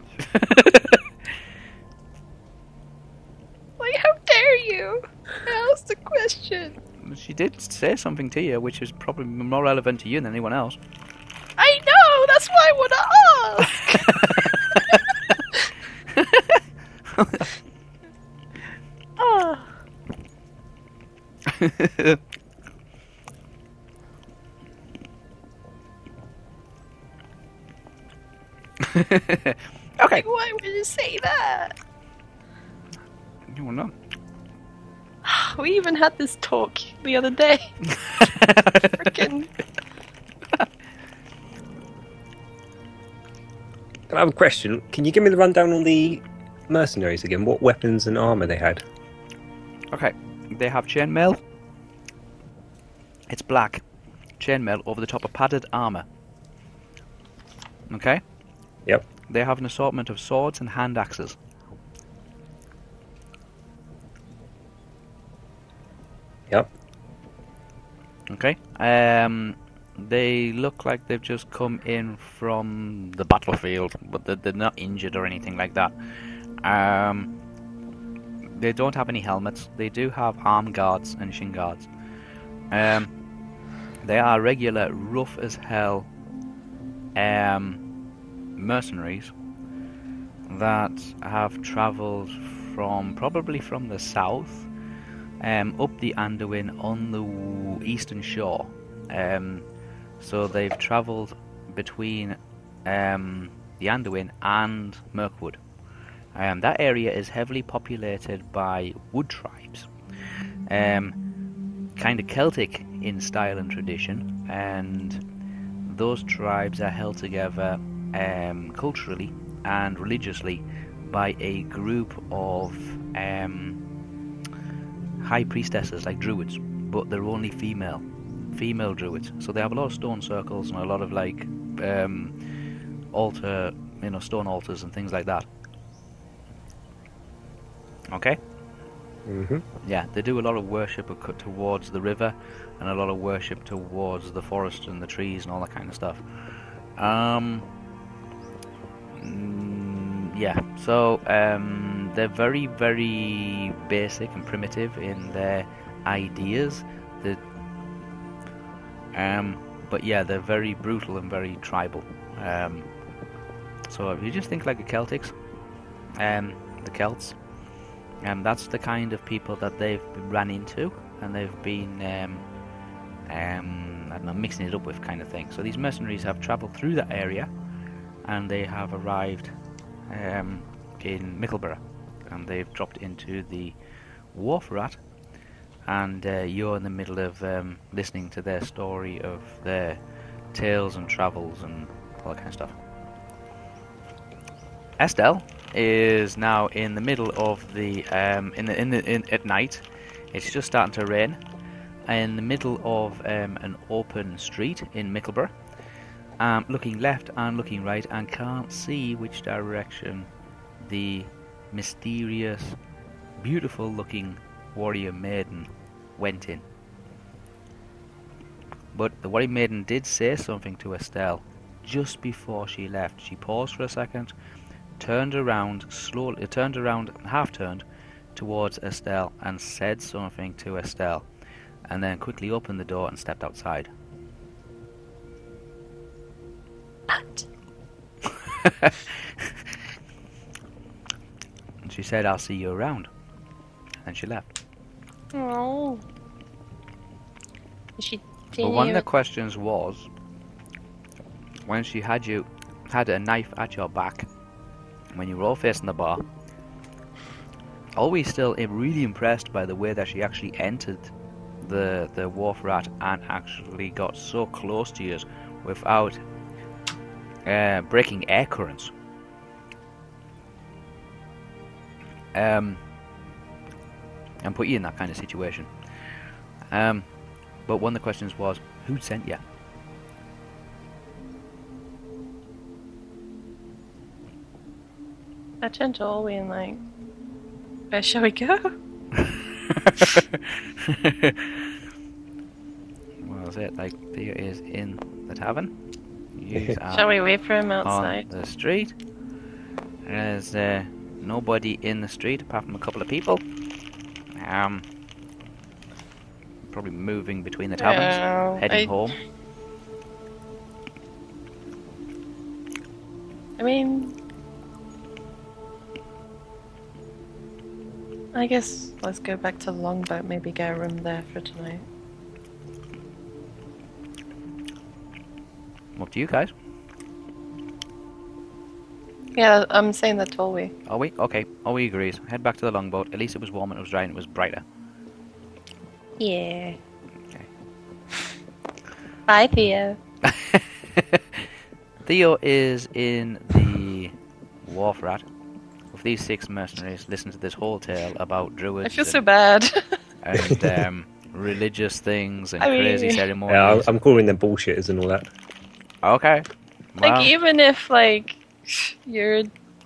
S4: Like, how dare you? I asked a question.
S1: she did say something to you, which is probably more relevant to you than anyone else.
S4: I know. That's why I want to ask.
S3: Oh.
S1: okay.
S4: Why would you say that?
S1: You will *laughs* know.
S3: We even had this talk the other *laughs* day. Frickin'
S2: Can I have a question? Can you give me the rundown on the mercenaries again? What weapons and armor they had?
S1: Okay, they have chainmail. It's black chainmail over the top of padded armor. Okay.
S2: Yep.
S1: They have an assortment of swords and hand axes.
S2: Yep.
S1: Okay. Um, they look like they've just come in from the battlefield, but they're, they're not injured or anything like that. Um, they don't have any helmets. They do have arm guards and shin guards. Um, they are regular, rough as hell um, mercenaries that have travelled from probably from the south um, up the Anduin on the w- eastern shore. Um, so they've travelled between um, the Anduin and Mirkwood. Um, that area is heavily populated by wood tribes, um, kind of Celtic in style and tradition, and those tribes are held together um, culturally and religiously by a group of um, high priestesses like druids, but they're only female, female druids. So they have a lot of stone circles and a lot of like um, altar you know, stone altars and things like that. Okay?
S2: Mm-hmm.
S1: Yeah, they do a lot of worship ac- towards the river and a lot of worship towards the forest and the trees and all that kind of stuff. Um, mm, yeah, so um, they're very, very basic and primitive in their ideas. The, um, but yeah, they're very brutal and very tribal. Um, so if you just think like the Celtics, um, the Celts, and that's the kind of people that they've run into and they've been um, um, I don't know mixing it up with kind of thing. So these mercenaries have travelled through that area and they have arrived um, in Mickleborough and they've dropped into the wharf rat and uh, you're in the middle of um, listening to their story of their tales and travels and all that kind of stuff. Estelle is now in the middle of the um, in the in the in, at night. It's just starting to rain. In the middle of um, an open street in Mickleborough, um, looking left and looking right, and can't see which direction the mysterious, beautiful-looking warrior maiden went in. But the warrior maiden did say something to Estelle just before she left. She paused for a second, turned around slowly, turned around, half turned towards Estelle and said something to Estelle, and then quickly opened the door and stepped outside. *laughs* and she said, "I'll see you around," and she left.
S4: Oh. Is she
S1: But
S4: teeny
S1: one of the
S4: with-
S1: questions was when she had you had a knife at your back when you were all facing the bar. Always still im- really impressed by the way that she actually entered the the wharf rat and actually got so close to you without uh, breaking air currents. Um, and put you in that kind of situation. Um, but one of the questions was, who sent you?
S4: I turned to Ollie and like,
S3: Where shall we
S1: *laughs*
S3: go?
S1: well, that's it. Like, Theo is in the tavern. You are
S4: shall we wait for him
S1: on
S4: outside?
S1: the street. There's uh, nobody in the street apart from a couple of people. Um, probably moving between the taverns,
S4: Yeah,
S1: heading
S4: I-
S1: home.
S4: I mean,
S3: I guess let's go back to the longboat, maybe get a room there for tonight.
S1: Up to you guys.
S3: Yeah, I'm saying that to Ollie.
S1: Are we? Okay. Oh, we agrees. Head back to the longboat. At least it was warm and it was dry and it was brighter.
S4: yeah.
S1: Okay.
S4: Bye, Theo.
S1: Theo is in the wharf rat with these six mercenaries. Listen to this whole tale about druids
S3: I feel
S1: and,
S3: so bad. *laughs*
S1: and, um, religious things and
S3: I mean-
S1: crazy
S3: Yeah,
S2: Yeah, I'm-
S1: ceremonies.
S2: I'm calling them bullshitters and all that.
S1: okay. Well,
S3: like even if like you're a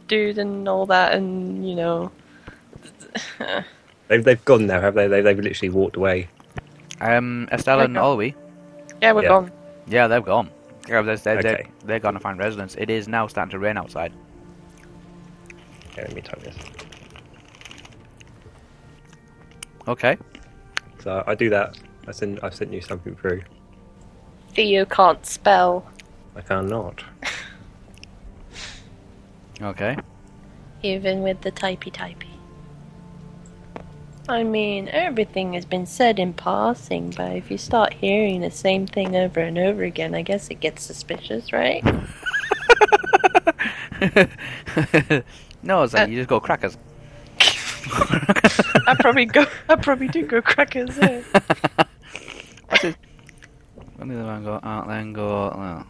S3: dude and all that, and you know,
S2: They've, they've gone now, have they? they? They've literally walked away.
S1: um, Estella and
S3: Like, uh,
S1: Olwe,
S3: yeah, we're
S1: *laughs*
S2: Yeah.
S3: gone.
S1: yeah, they've gone. Yeah, they're, they're, they're,
S2: Okay.
S1: they're going to find residence. It is now starting to rain outside.
S2: Yeah, let me type this.
S1: Okay.
S2: So I do that. I send, I've sent you something through.
S4: Theo can't spell.
S2: I cannot.
S1: Okay. *laughs*
S4: Even with the typey typey. I mean, everything has been said in passing, but if you start hearing the same thing over and over again, I guess it gets suspicious, right?
S1: no, it's like
S3: Uh,
S1: you just go
S3: *laughs*
S1: crackers.
S3: I probably go. I probably do go crackers. Eh?
S1: What's his? When did the man go? Out then go. well.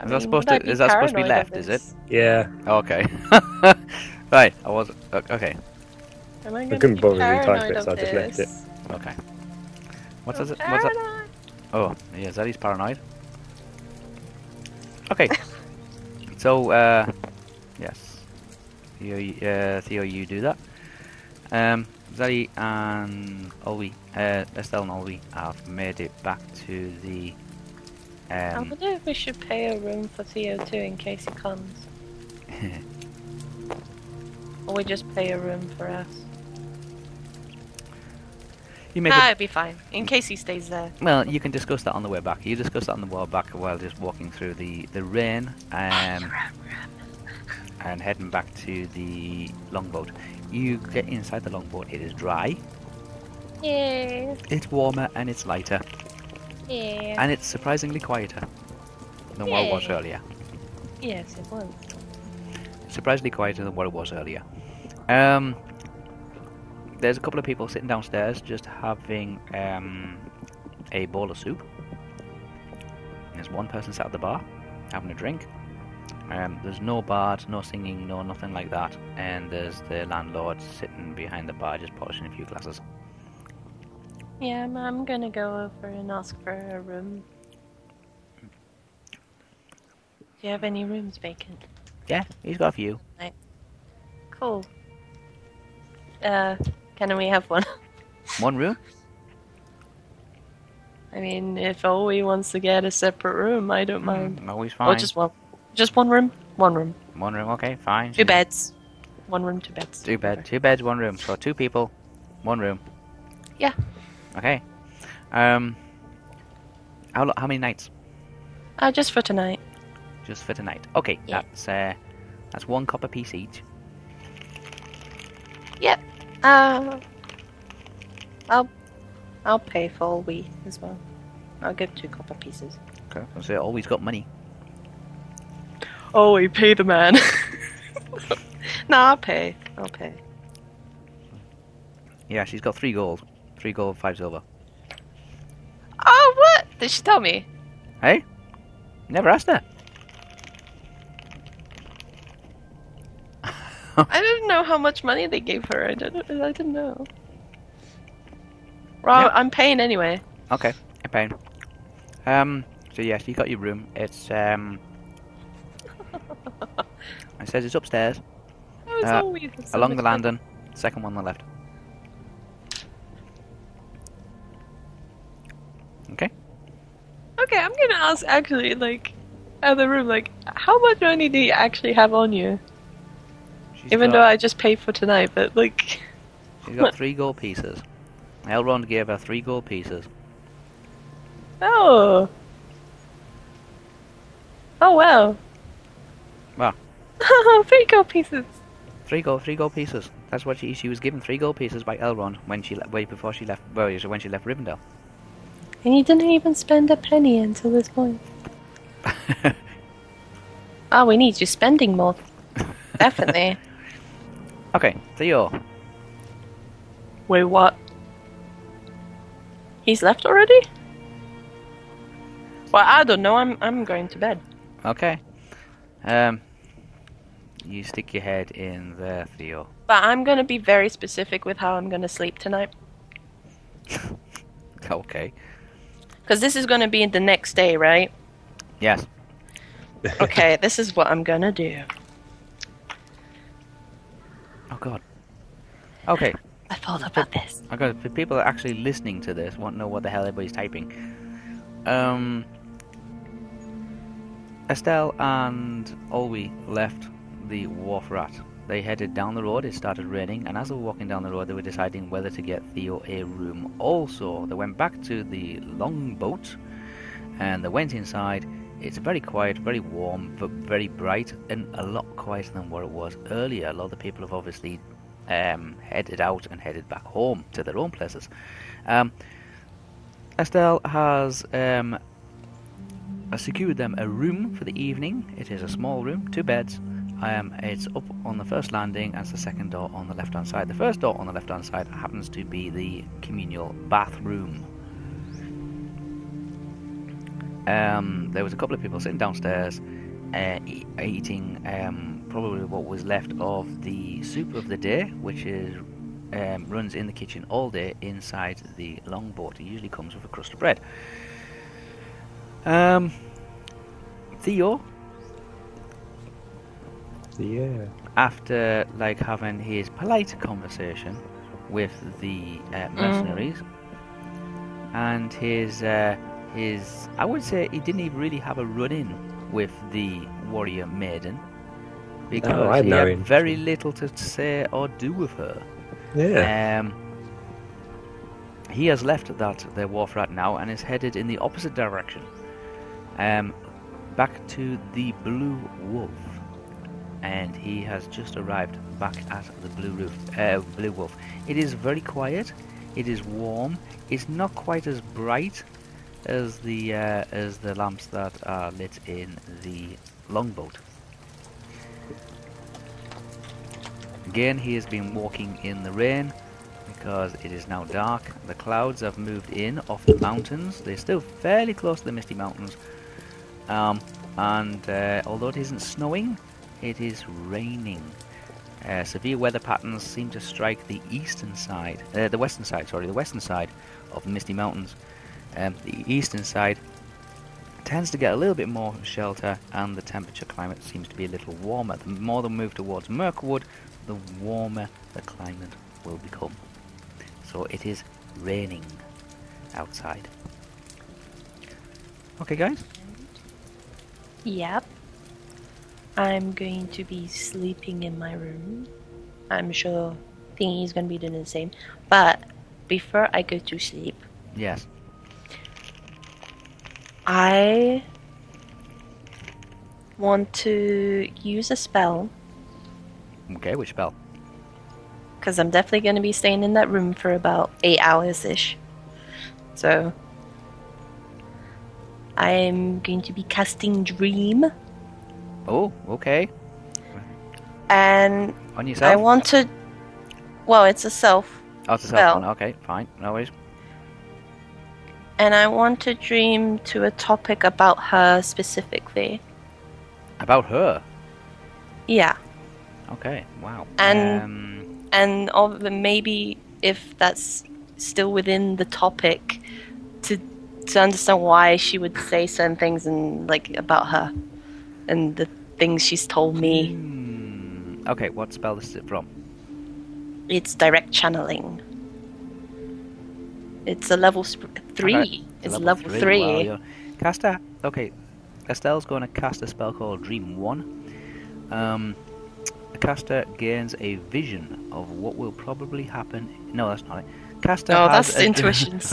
S3: I
S1: Is that
S3: mean,
S1: supposed
S3: would I
S1: to-
S3: be
S1: is that supposed to be
S3: paranoid of
S1: left, is it?
S3: this?
S2: Yeah,
S1: Oh, Okay. *laughs* right. I was. o- Okay.
S3: Am I, gonna
S2: couldn't
S3: be
S2: bother to type
S3: paranoid
S2: it,
S3: of
S2: so I just left it.
S3: this?
S1: Okay. What's that? What's that? Oh, yeah. Is that he's paranoid? Okay. *laughs* so, uh, Yes. Theo, y- uh, Theo you do that. Um, Zari and Olwi, uh, Estelle and Olwi have made it back to the.
S3: I
S1: Um,
S3: wonder if we should pay a room for Theo too in case he comes. Or we just pay a room for us.
S1: *laughs* you make
S3: Nah,
S1: a,
S3: it'd be fine. In case he stays there.
S1: well, you can discuss that on the way back. You discuss that on the way back while just walking through the the rain um, and heading back to the longboat. You get inside the longboat. It is dry.
S3: Yeah,
S1: It's warmer and it's lighter
S3: yeah.
S1: and it's surprisingly quieter than what it was
S3: Yay.
S1: earlier.
S3: Yes, it was.
S1: surprisingly quieter than what it was earlier. Um, there's a couple of people sitting downstairs just having um, a bowl of soup. There's one person sat at the bar having a drink. Um, there's no bard, no singing, no nothing like that. And there's the landlord sitting behind the bar just polishing a few glasses.
S3: Yeah, I'm, I'm gonna go over and ask for a room. Do you have any rooms vacant?
S1: Yeah, he's got a few.
S3: Cool. Uh, can we have one? *laughs*
S1: One room?
S3: I mean, if Ollie wants to get a separate room, I don't mind.
S1: Mm, always
S3: Or
S1: fine.
S3: just one, just one room, one room,
S1: One room, okay, fine.
S3: two beds, one room, two beds.
S1: Two bed, two beds, one room. So two people, one room.
S3: Yeah.
S1: Okay. Um. How lo- how many nights?
S3: Uh, just for tonight.
S1: Just for tonight. Okay,
S3: Yeah.
S1: that's uh, that's one copper piece each.
S3: Uh, I'll, I'll pay for Ollie as well. I'll give two copper pieces.
S1: Okay. So always got money.
S3: Oh, you pay the man. *laughs* no, I'll pay. I'll pay.
S1: Yeah, she's got three gold, three gold, five silver.
S3: Oh, what? Did she tell me?
S1: Hey, never asked her.
S3: I didn't know how much money they gave her. I didn't. I didn't know. Well,
S1: Yeah.
S3: I'm paying anyway.
S1: Okay, a pound. Um. So yes, you got your room. It's
S3: *laughs*
S1: um. it says it's upstairs,
S3: That was
S1: Uh,
S3: always so
S1: along the
S3: much money.
S1: landing, second one on the left.
S3: Okay, I'm gonna ask actually, like, at the room, like, how much money do you actually have on you?
S1: She's
S3: Even
S1: got-
S3: though I just paid for tonight, but like,
S1: She's got three gold pieces. Elrond gave her three gold pieces.
S3: oh, oh wow, *laughs*
S1: Wow.
S3: three gold pieces.
S1: Three gold, three gold pieces. That's what she she was given three gold pieces by Elrond when she le- way before she left. Well, so when she left Rivendell.
S3: And you didn't even spend a penny until this point. Oh, we need you spending *laughs* more. Definitely.
S1: okay, Theo.
S3: Wait, what? He's left already? Well, I don't know. I'm I'm going to bed.
S1: Okay. Um. You stick your head in there, Theo.
S3: But I'm going to be very specific with how I'm going to sleep tonight
S1: Okay.
S3: because this is going to be the next day, right?
S1: Yes.
S3: Okay, this is what I'm going to do.
S1: Oh God. Okay.
S3: I thought about this.
S1: I got the people that are actually listening to this won't know what the hell everybody's typing. Um, Estelle and Olwe left the wharf rat. They headed down the road. It started raining, and as they were walking down the road, they were deciding whether to get Theo a room. Also, they went back to the longboat, and they went inside. It's very quiet, very warm, but very bright, and a lot quieter than what it was earlier. A lot of the people have obviously um, headed out and headed back home to their own places. Um, Estelle has um, uh, secured them a room for the evening. It is a small room, two beds. Um, it's up on the first landing as the second door on the left hand side. The first door on the left hand side happens to be the communal bathroom. Um, there was a couple of people sitting downstairs uh, e- eating um, probably what was left of the soup of the day, which is um, runs in the kitchen all day inside the longboat. It usually comes with a crust of bread. Um, Theo
S2: the year.
S1: after like having his polite conversation with the uh, mercenaries and his uh, his I would say he didn't even really have a run in with the warrior maiden because
S2: Oh, had
S1: he
S2: no
S1: had
S2: interest
S1: very
S2: in-
S1: little to say or do with her.
S2: Yeah.
S1: Um, he has left that the wharf right now and is headed in the opposite direction, um, back to the Blue Wolf, and he has just arrived back at the Blue Roof, uh, Blue Wolf. It is very quiet. It is warm. It's not quite as bright as the uh, as the lamps that are lit in the longboat. Again, he has been walking in the rain because it is now dark. The clouds have moved in off the mountains. They're still fairly close to the Misty Mountains. Um, and uh, although it isn't snowing, it is raining. Uh, severe weather patterns seem to strike the eastern side, uh, the western side, sorry, the western side of the Misty Mountains. Um, the eastern side tends to get a little bit more shelter, and the temperature climate seems to be a little warmer. The more they move towards Mirkwood, the warmer the climate will become. So it is raining outside. Okay, guys.
S3: Yep. I'm going to be sleeping in my room. I'm sure Thingy's gonna be doing the same. But before I go to sleep,
S1: Yes.
S3: I want to use a spell
S1: Okay. Which spell?
S3: because I'm definitely going to be staying in that room for about eight hours ish. So I'm going to be casting Dream,
S1: Oh, okay.
S3: and
S1: On
S3: I
S1: yourself.
S3: want to. Well, it's a self,
S1: Oh, it's a
S3: spell.
S1: self one. Okay, fine. No worries.
S3: and I want to dream to a topic about her specifically.
S1: About her.
S3: Yeah,
S1: Okay. Wow.
S3: And-
S1: um,
S3: and of maybe if that's still within the topic, to to understand why she would say certain things and like about her, and the things she's told me.
S1: hmm, okay. What spell is it from?
S3: It's direct channeling. It's a level sp- three.
S1: Okay,
S3: It's level, three.
S1: Wow, you're- Caster. Okay. Estelle's going to cast a spell called Dream One. Um, the caster gains a vision of what will probably happen. No, that's not it. Caster.
S3: No,
S1: has
S3: Oh, that's
S1: a-
S3: intuitions.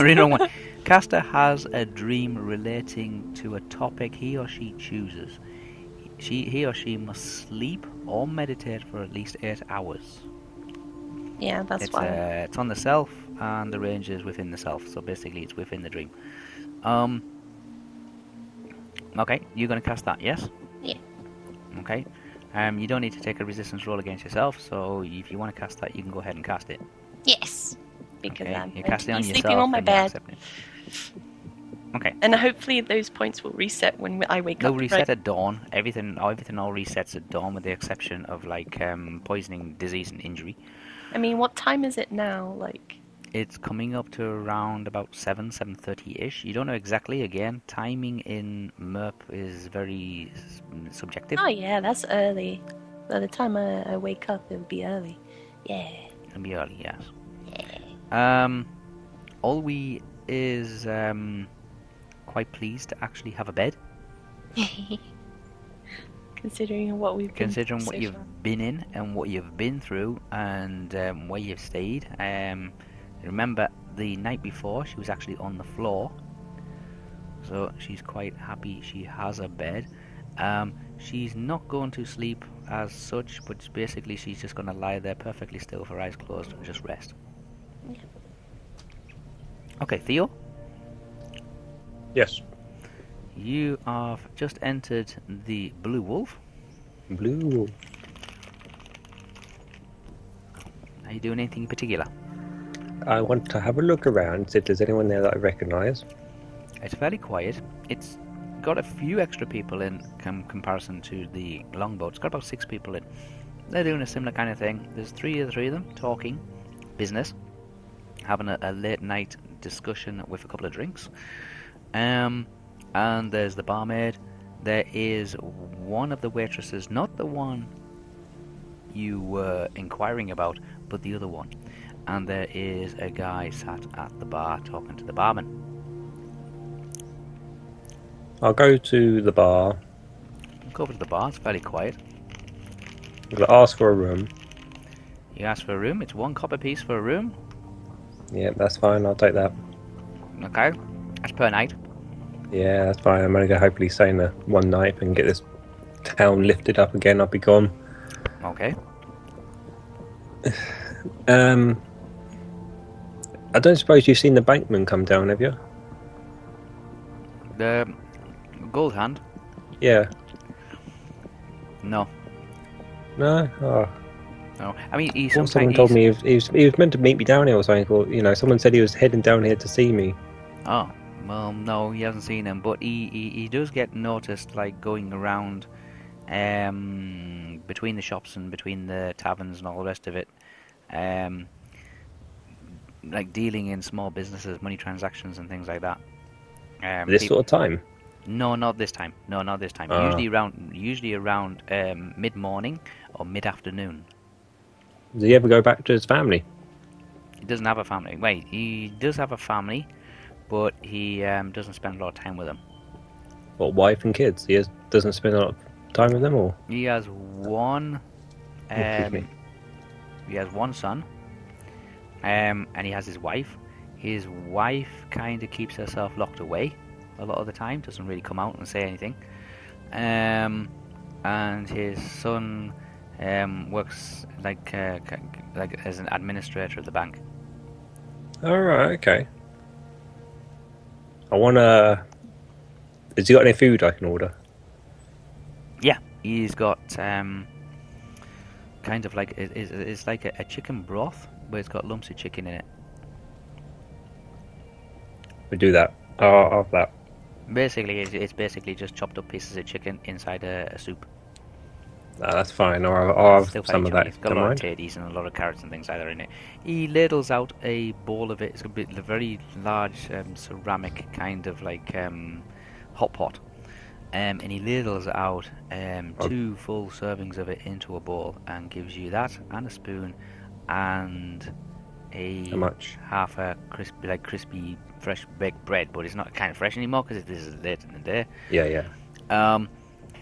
S1: *laughs* Read on
S3: *laughs*
S1: one. Caster has a dream relating to a topic he or she chooses. She, he or she must sleep or meditate for at least eight hours.
S3: yeah, that's
S1: it's,
S3: why.
S1: Uh, it's on the self, and the range is within the self. So basically, it's within the dream. Um. Okay, you're gonna cast that, yes?
S3: Yeah.
S1: Okay. Um, you don't need to take a resistance roll against yourself, so if you want to cast that, you can go ahead and cast it.
S3: yes, because
S1: okay,
S3: I'm
S1: you
S3: going
S1: cast
S3: to
S1: it on
S3: be
S1: yourself.
S3: sleeping on my
S1: and you're
S3: bed,
S1: accepting it.
S3: and hopefully those points will reset when I wake
S1: They'll
S3: up.
S1: reset
S3: right?
S1: at dawn. Everything, everything all resets at dawn, with the exception of like um, poisoning, disease, and injury.
S3: I mean, what time is it now? Like,
S1: It's coming up to around about seven, seven thirty-ish. You don't know exactly. Again, timing in MERP is very s- subjective.
S3: oh yeah, that's early. By the time I, I wake up, it'll be early. Yeah. *laughs*
S1: It can be early, yes. Um, all we is um, quite pleased to actually have a bed,
S3: Considering what we've been
S1: considering
S3: through
S1: what
S3: so
S1: you've
S3: far.
S1: been in and what you've been through and um, where you've stayed. Um, remember the night before she was actually on the floor, so she's quite happy she has a bed. Um, she's not going to sleep as such, but basically she's just going to lie there perfectly still with her eyes closed and just rest.
S3: Yeah.
S1: Okay, Theo,
S2: Yes.
S1: you have just entered the Blue Wolf.
S2: Blue.
S1: Are you doing anything in particular?
S2: I want to have a look around, see if there's anyone there that I recognise.
S1: It's fairly quiet. It's got a few extra people in com- comparison to the longboat. It's got about six people in. They're doing a similar kind of thing. There's three of the three of them talking business, having a, a late night discussion with a couple of drinks. Um, and there's the barmaid. There is one of the waitresses, not the one you were inquiring about, but the other one. And there is a guy sat at the bar talking to the barman.
S2: I'll go to the bar.
S1: Go over to the bar, it's fairly quiet.
S2: I'm going to ask for a room.
S1: You ask for a room, it's one copper piece for a room.
S2: Yeah, that's fine. I'll take that.
S1: Okay, that's per night.
S2: Yeah, that's fine. I'm only going to hopefully stay in there one night and get this town lifted up again. I'll be gone.
S1: Okay.
S2: Um, I don't suppose you've seen the bankman come down, have you?
S1: The gold hand?
S2: Yeah.
S1: No.
S2: No. Oh.
S1: No. I mean, he
S2: Well,
S1: sometimes
S2: someone told me he was, he, was, he was meant to meet me down here or something. Or, you know, someone said he was heading down here to see me.
S1: Oh, well, no, he hasn't seen him, but he, he, he does get noticed, like, going around um, between the shops and between the taverns and all the rest of it. Um, like, dealing in small businesses, money transactions, and things like that. Um,
S2: This
S1: peop-
S2: sort of time.
S1: No, not this time. No, not this time.
S2: Ah.
S1: Usually around, usually around um, mid morning or mid afternoon.
S2: Does he ever go back to his family?
S1: He doesn't have a family. Wait, he does have a family, but he um, doesn't spend a lot of time with them.
S2: Or wife and kids? He has, doesn't spend a lot of time with them, or
S1: He has one.
S2: Oh, excuse me.
S1: Um, he has one son, um, and he has his wife. His wife kind of keeps herself locked away a lot of the time, doesn't really come out and say anything. Um, and his son um, works like uh, c- c- like as an administrator at the bank.
S2: All right, okay. I want to. Has he got any food I can order?
S1: Yeah, he's got um, kind of like it- it's, it's like a, a chicken broth, but it's got lumps of chicken in it.
S2: We do that. Oh, I'll have that.
S1: Basically, it's, it's basically just chopped up pieces of chicken inside a, a soup.
S2: No, that's fine. I'll have, I'll have
S1: Still fairly
S2: some of
S1: chunky.
S2: that.
S1: It's got a
S2: Don't
S1: lot of
S2: mind.
S1: tatties and a lot of carrots and things like that in it. He ladles out a ball of it. It's a bit a very large um, ceramic kind of like um, hot pot, um, and he ladles out um,
S2: Oh.
S1: two full servings of it into a bowl and gives you that and a spoon and a
S2: How much?
S1: half a crispy like crispy fresh baked bread, but it's not kind of fresh anymore because this is late in the day.
S2: Yeah, yeah.
S1: Um,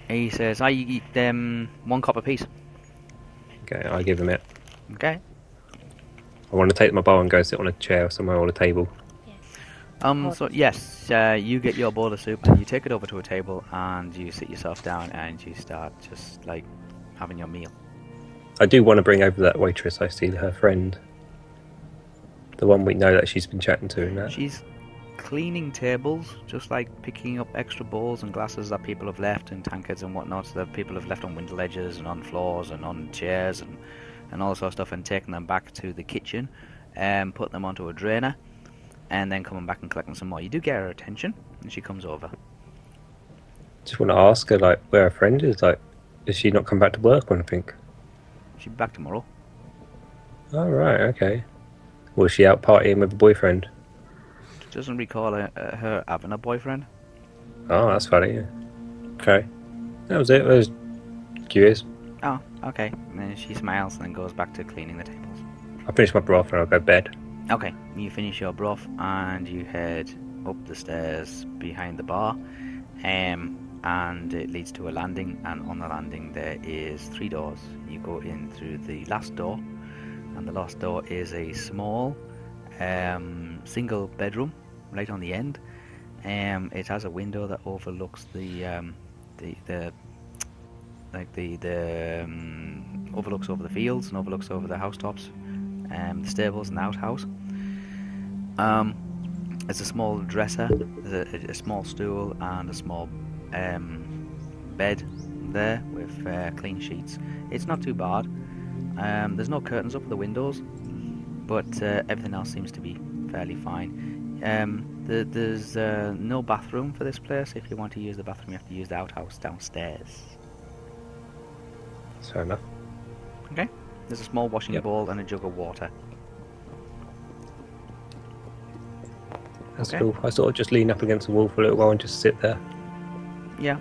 S1: he says, "I eat them one copper piece."
S2: Okay, I'll give him it.
S1: Okay.
S2: I want to take my bowl and go sit on a chair somewhere or a table.
S1: Um. So yes, uh, you get your bowl of soup and you take it over to a table and you sit yourself down and you start just like having your meal.
S2: I do want to bring over that waitress I see, her friend. The one we know that she's been chatting to and that.
S1: She's cleaning tables, just like picking up extra bowls and glasses that people have left and tankards and whatnot that people have left on window ledges and on floors and on chairs and and all sort of stuff and taking them back to the kitchen and putting them onto a drainer and then coming back and collecting some more. You do get her attention and she comes over.
S2: Just want to ask her, like, where her friend is. Like, does she not come back to work or anything?
S1: She'll be back tomorrow.
S2: All Oh, right, okay. Was she out partying with a boyfriend?
S1: Doesn't recall her, uh, her having a boyfriend.
S2: Oh, that's funny. yeah. Okay. That was it. I was curious.
S1: Oh, okay. And then she smiles and then goes back to cleaning the tables.
S2: I'll finish my broth and I'll go to bed.
S1: Okay, you finish your broth and you head up the stairs behind the bar, um, and it leads to a landing. And on the landing, there is three doors. You go in through the last door, and the last door is a small, um, single bedroom right on the end. Um, it has a window that overlooks the um, the the like the the um, overlooks over the fields and overlooks over the housetops um, the stables and the outhouse. Um, there's a small dresser, there's a, a small stool, and a small um, bed there with uh, clean sheets. It's not too bad. Um, there's no curtains up for the windows, but uh, everything else seems to be fairly fine. Um, the, there's uh, no bathroom for this place. If you want to use the bathroom, you have to use the outhouse downstairs.
S2: That's fair enough.
S1: There's a small washing
S2: Yep.
S1: bowl and a jug of water.
S2: That's
S1: Okay.
S2: cool. I sort of just lean up against the wall for a little while and just sit there.
S1: Yeah.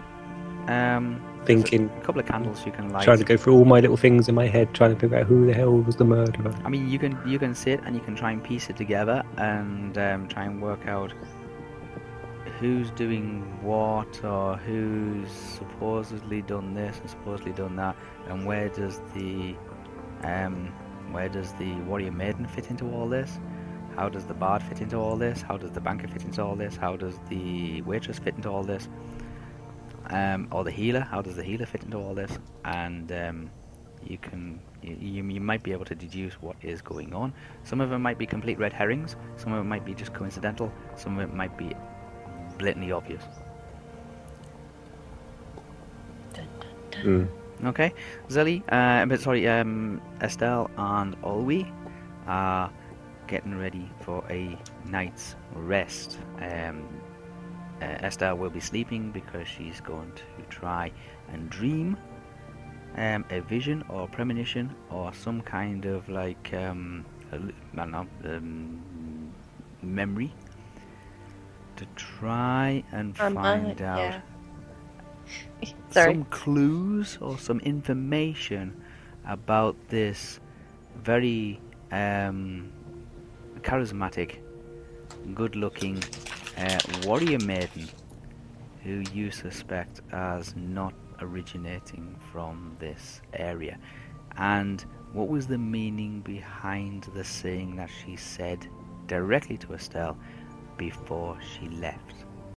S1: Um,
S2: thinking,
S1: A couple of candles you can light.
S2: trying to go through all my little things in my head, trying to figure out who the hell was the murderer.
S1: I mean, you can you can sit and you can try and piece it together and um, try and work out who's doing what or who's supposedly done this and supposedly done that, and where does the um, where does the warrior maiden fit into all this? How does the bard fit into all this? How does the banker fit into all this? How does the waitress fit into all this? Um, or the healer? How does the healer fit into all this? And um, you can you, you, you might be able to deduce what is going on. Some of them might be complete red herrings. Some of it might be just coincidental. Some of it might be blatantly obvious.
S2: Mm.
S1: Okay, Zelly, uh, but sorry, um, Estelle and Olwe are getting ready for a night's rest. Um, uh, Estelle will be sleeping because she's going to try and dream um, a vision or premonition or some kind of like um, hallu- I don't know um, memory to try and
S4: Um, I-
S1: find out
S4: yeah. Sorry.
S1: some clues or some information about this very um, charismatic, good looking uh, warrior maiden who you suspect as not originating from this area. And what was the meaning behind the saying that she said directly to Estelle before she left?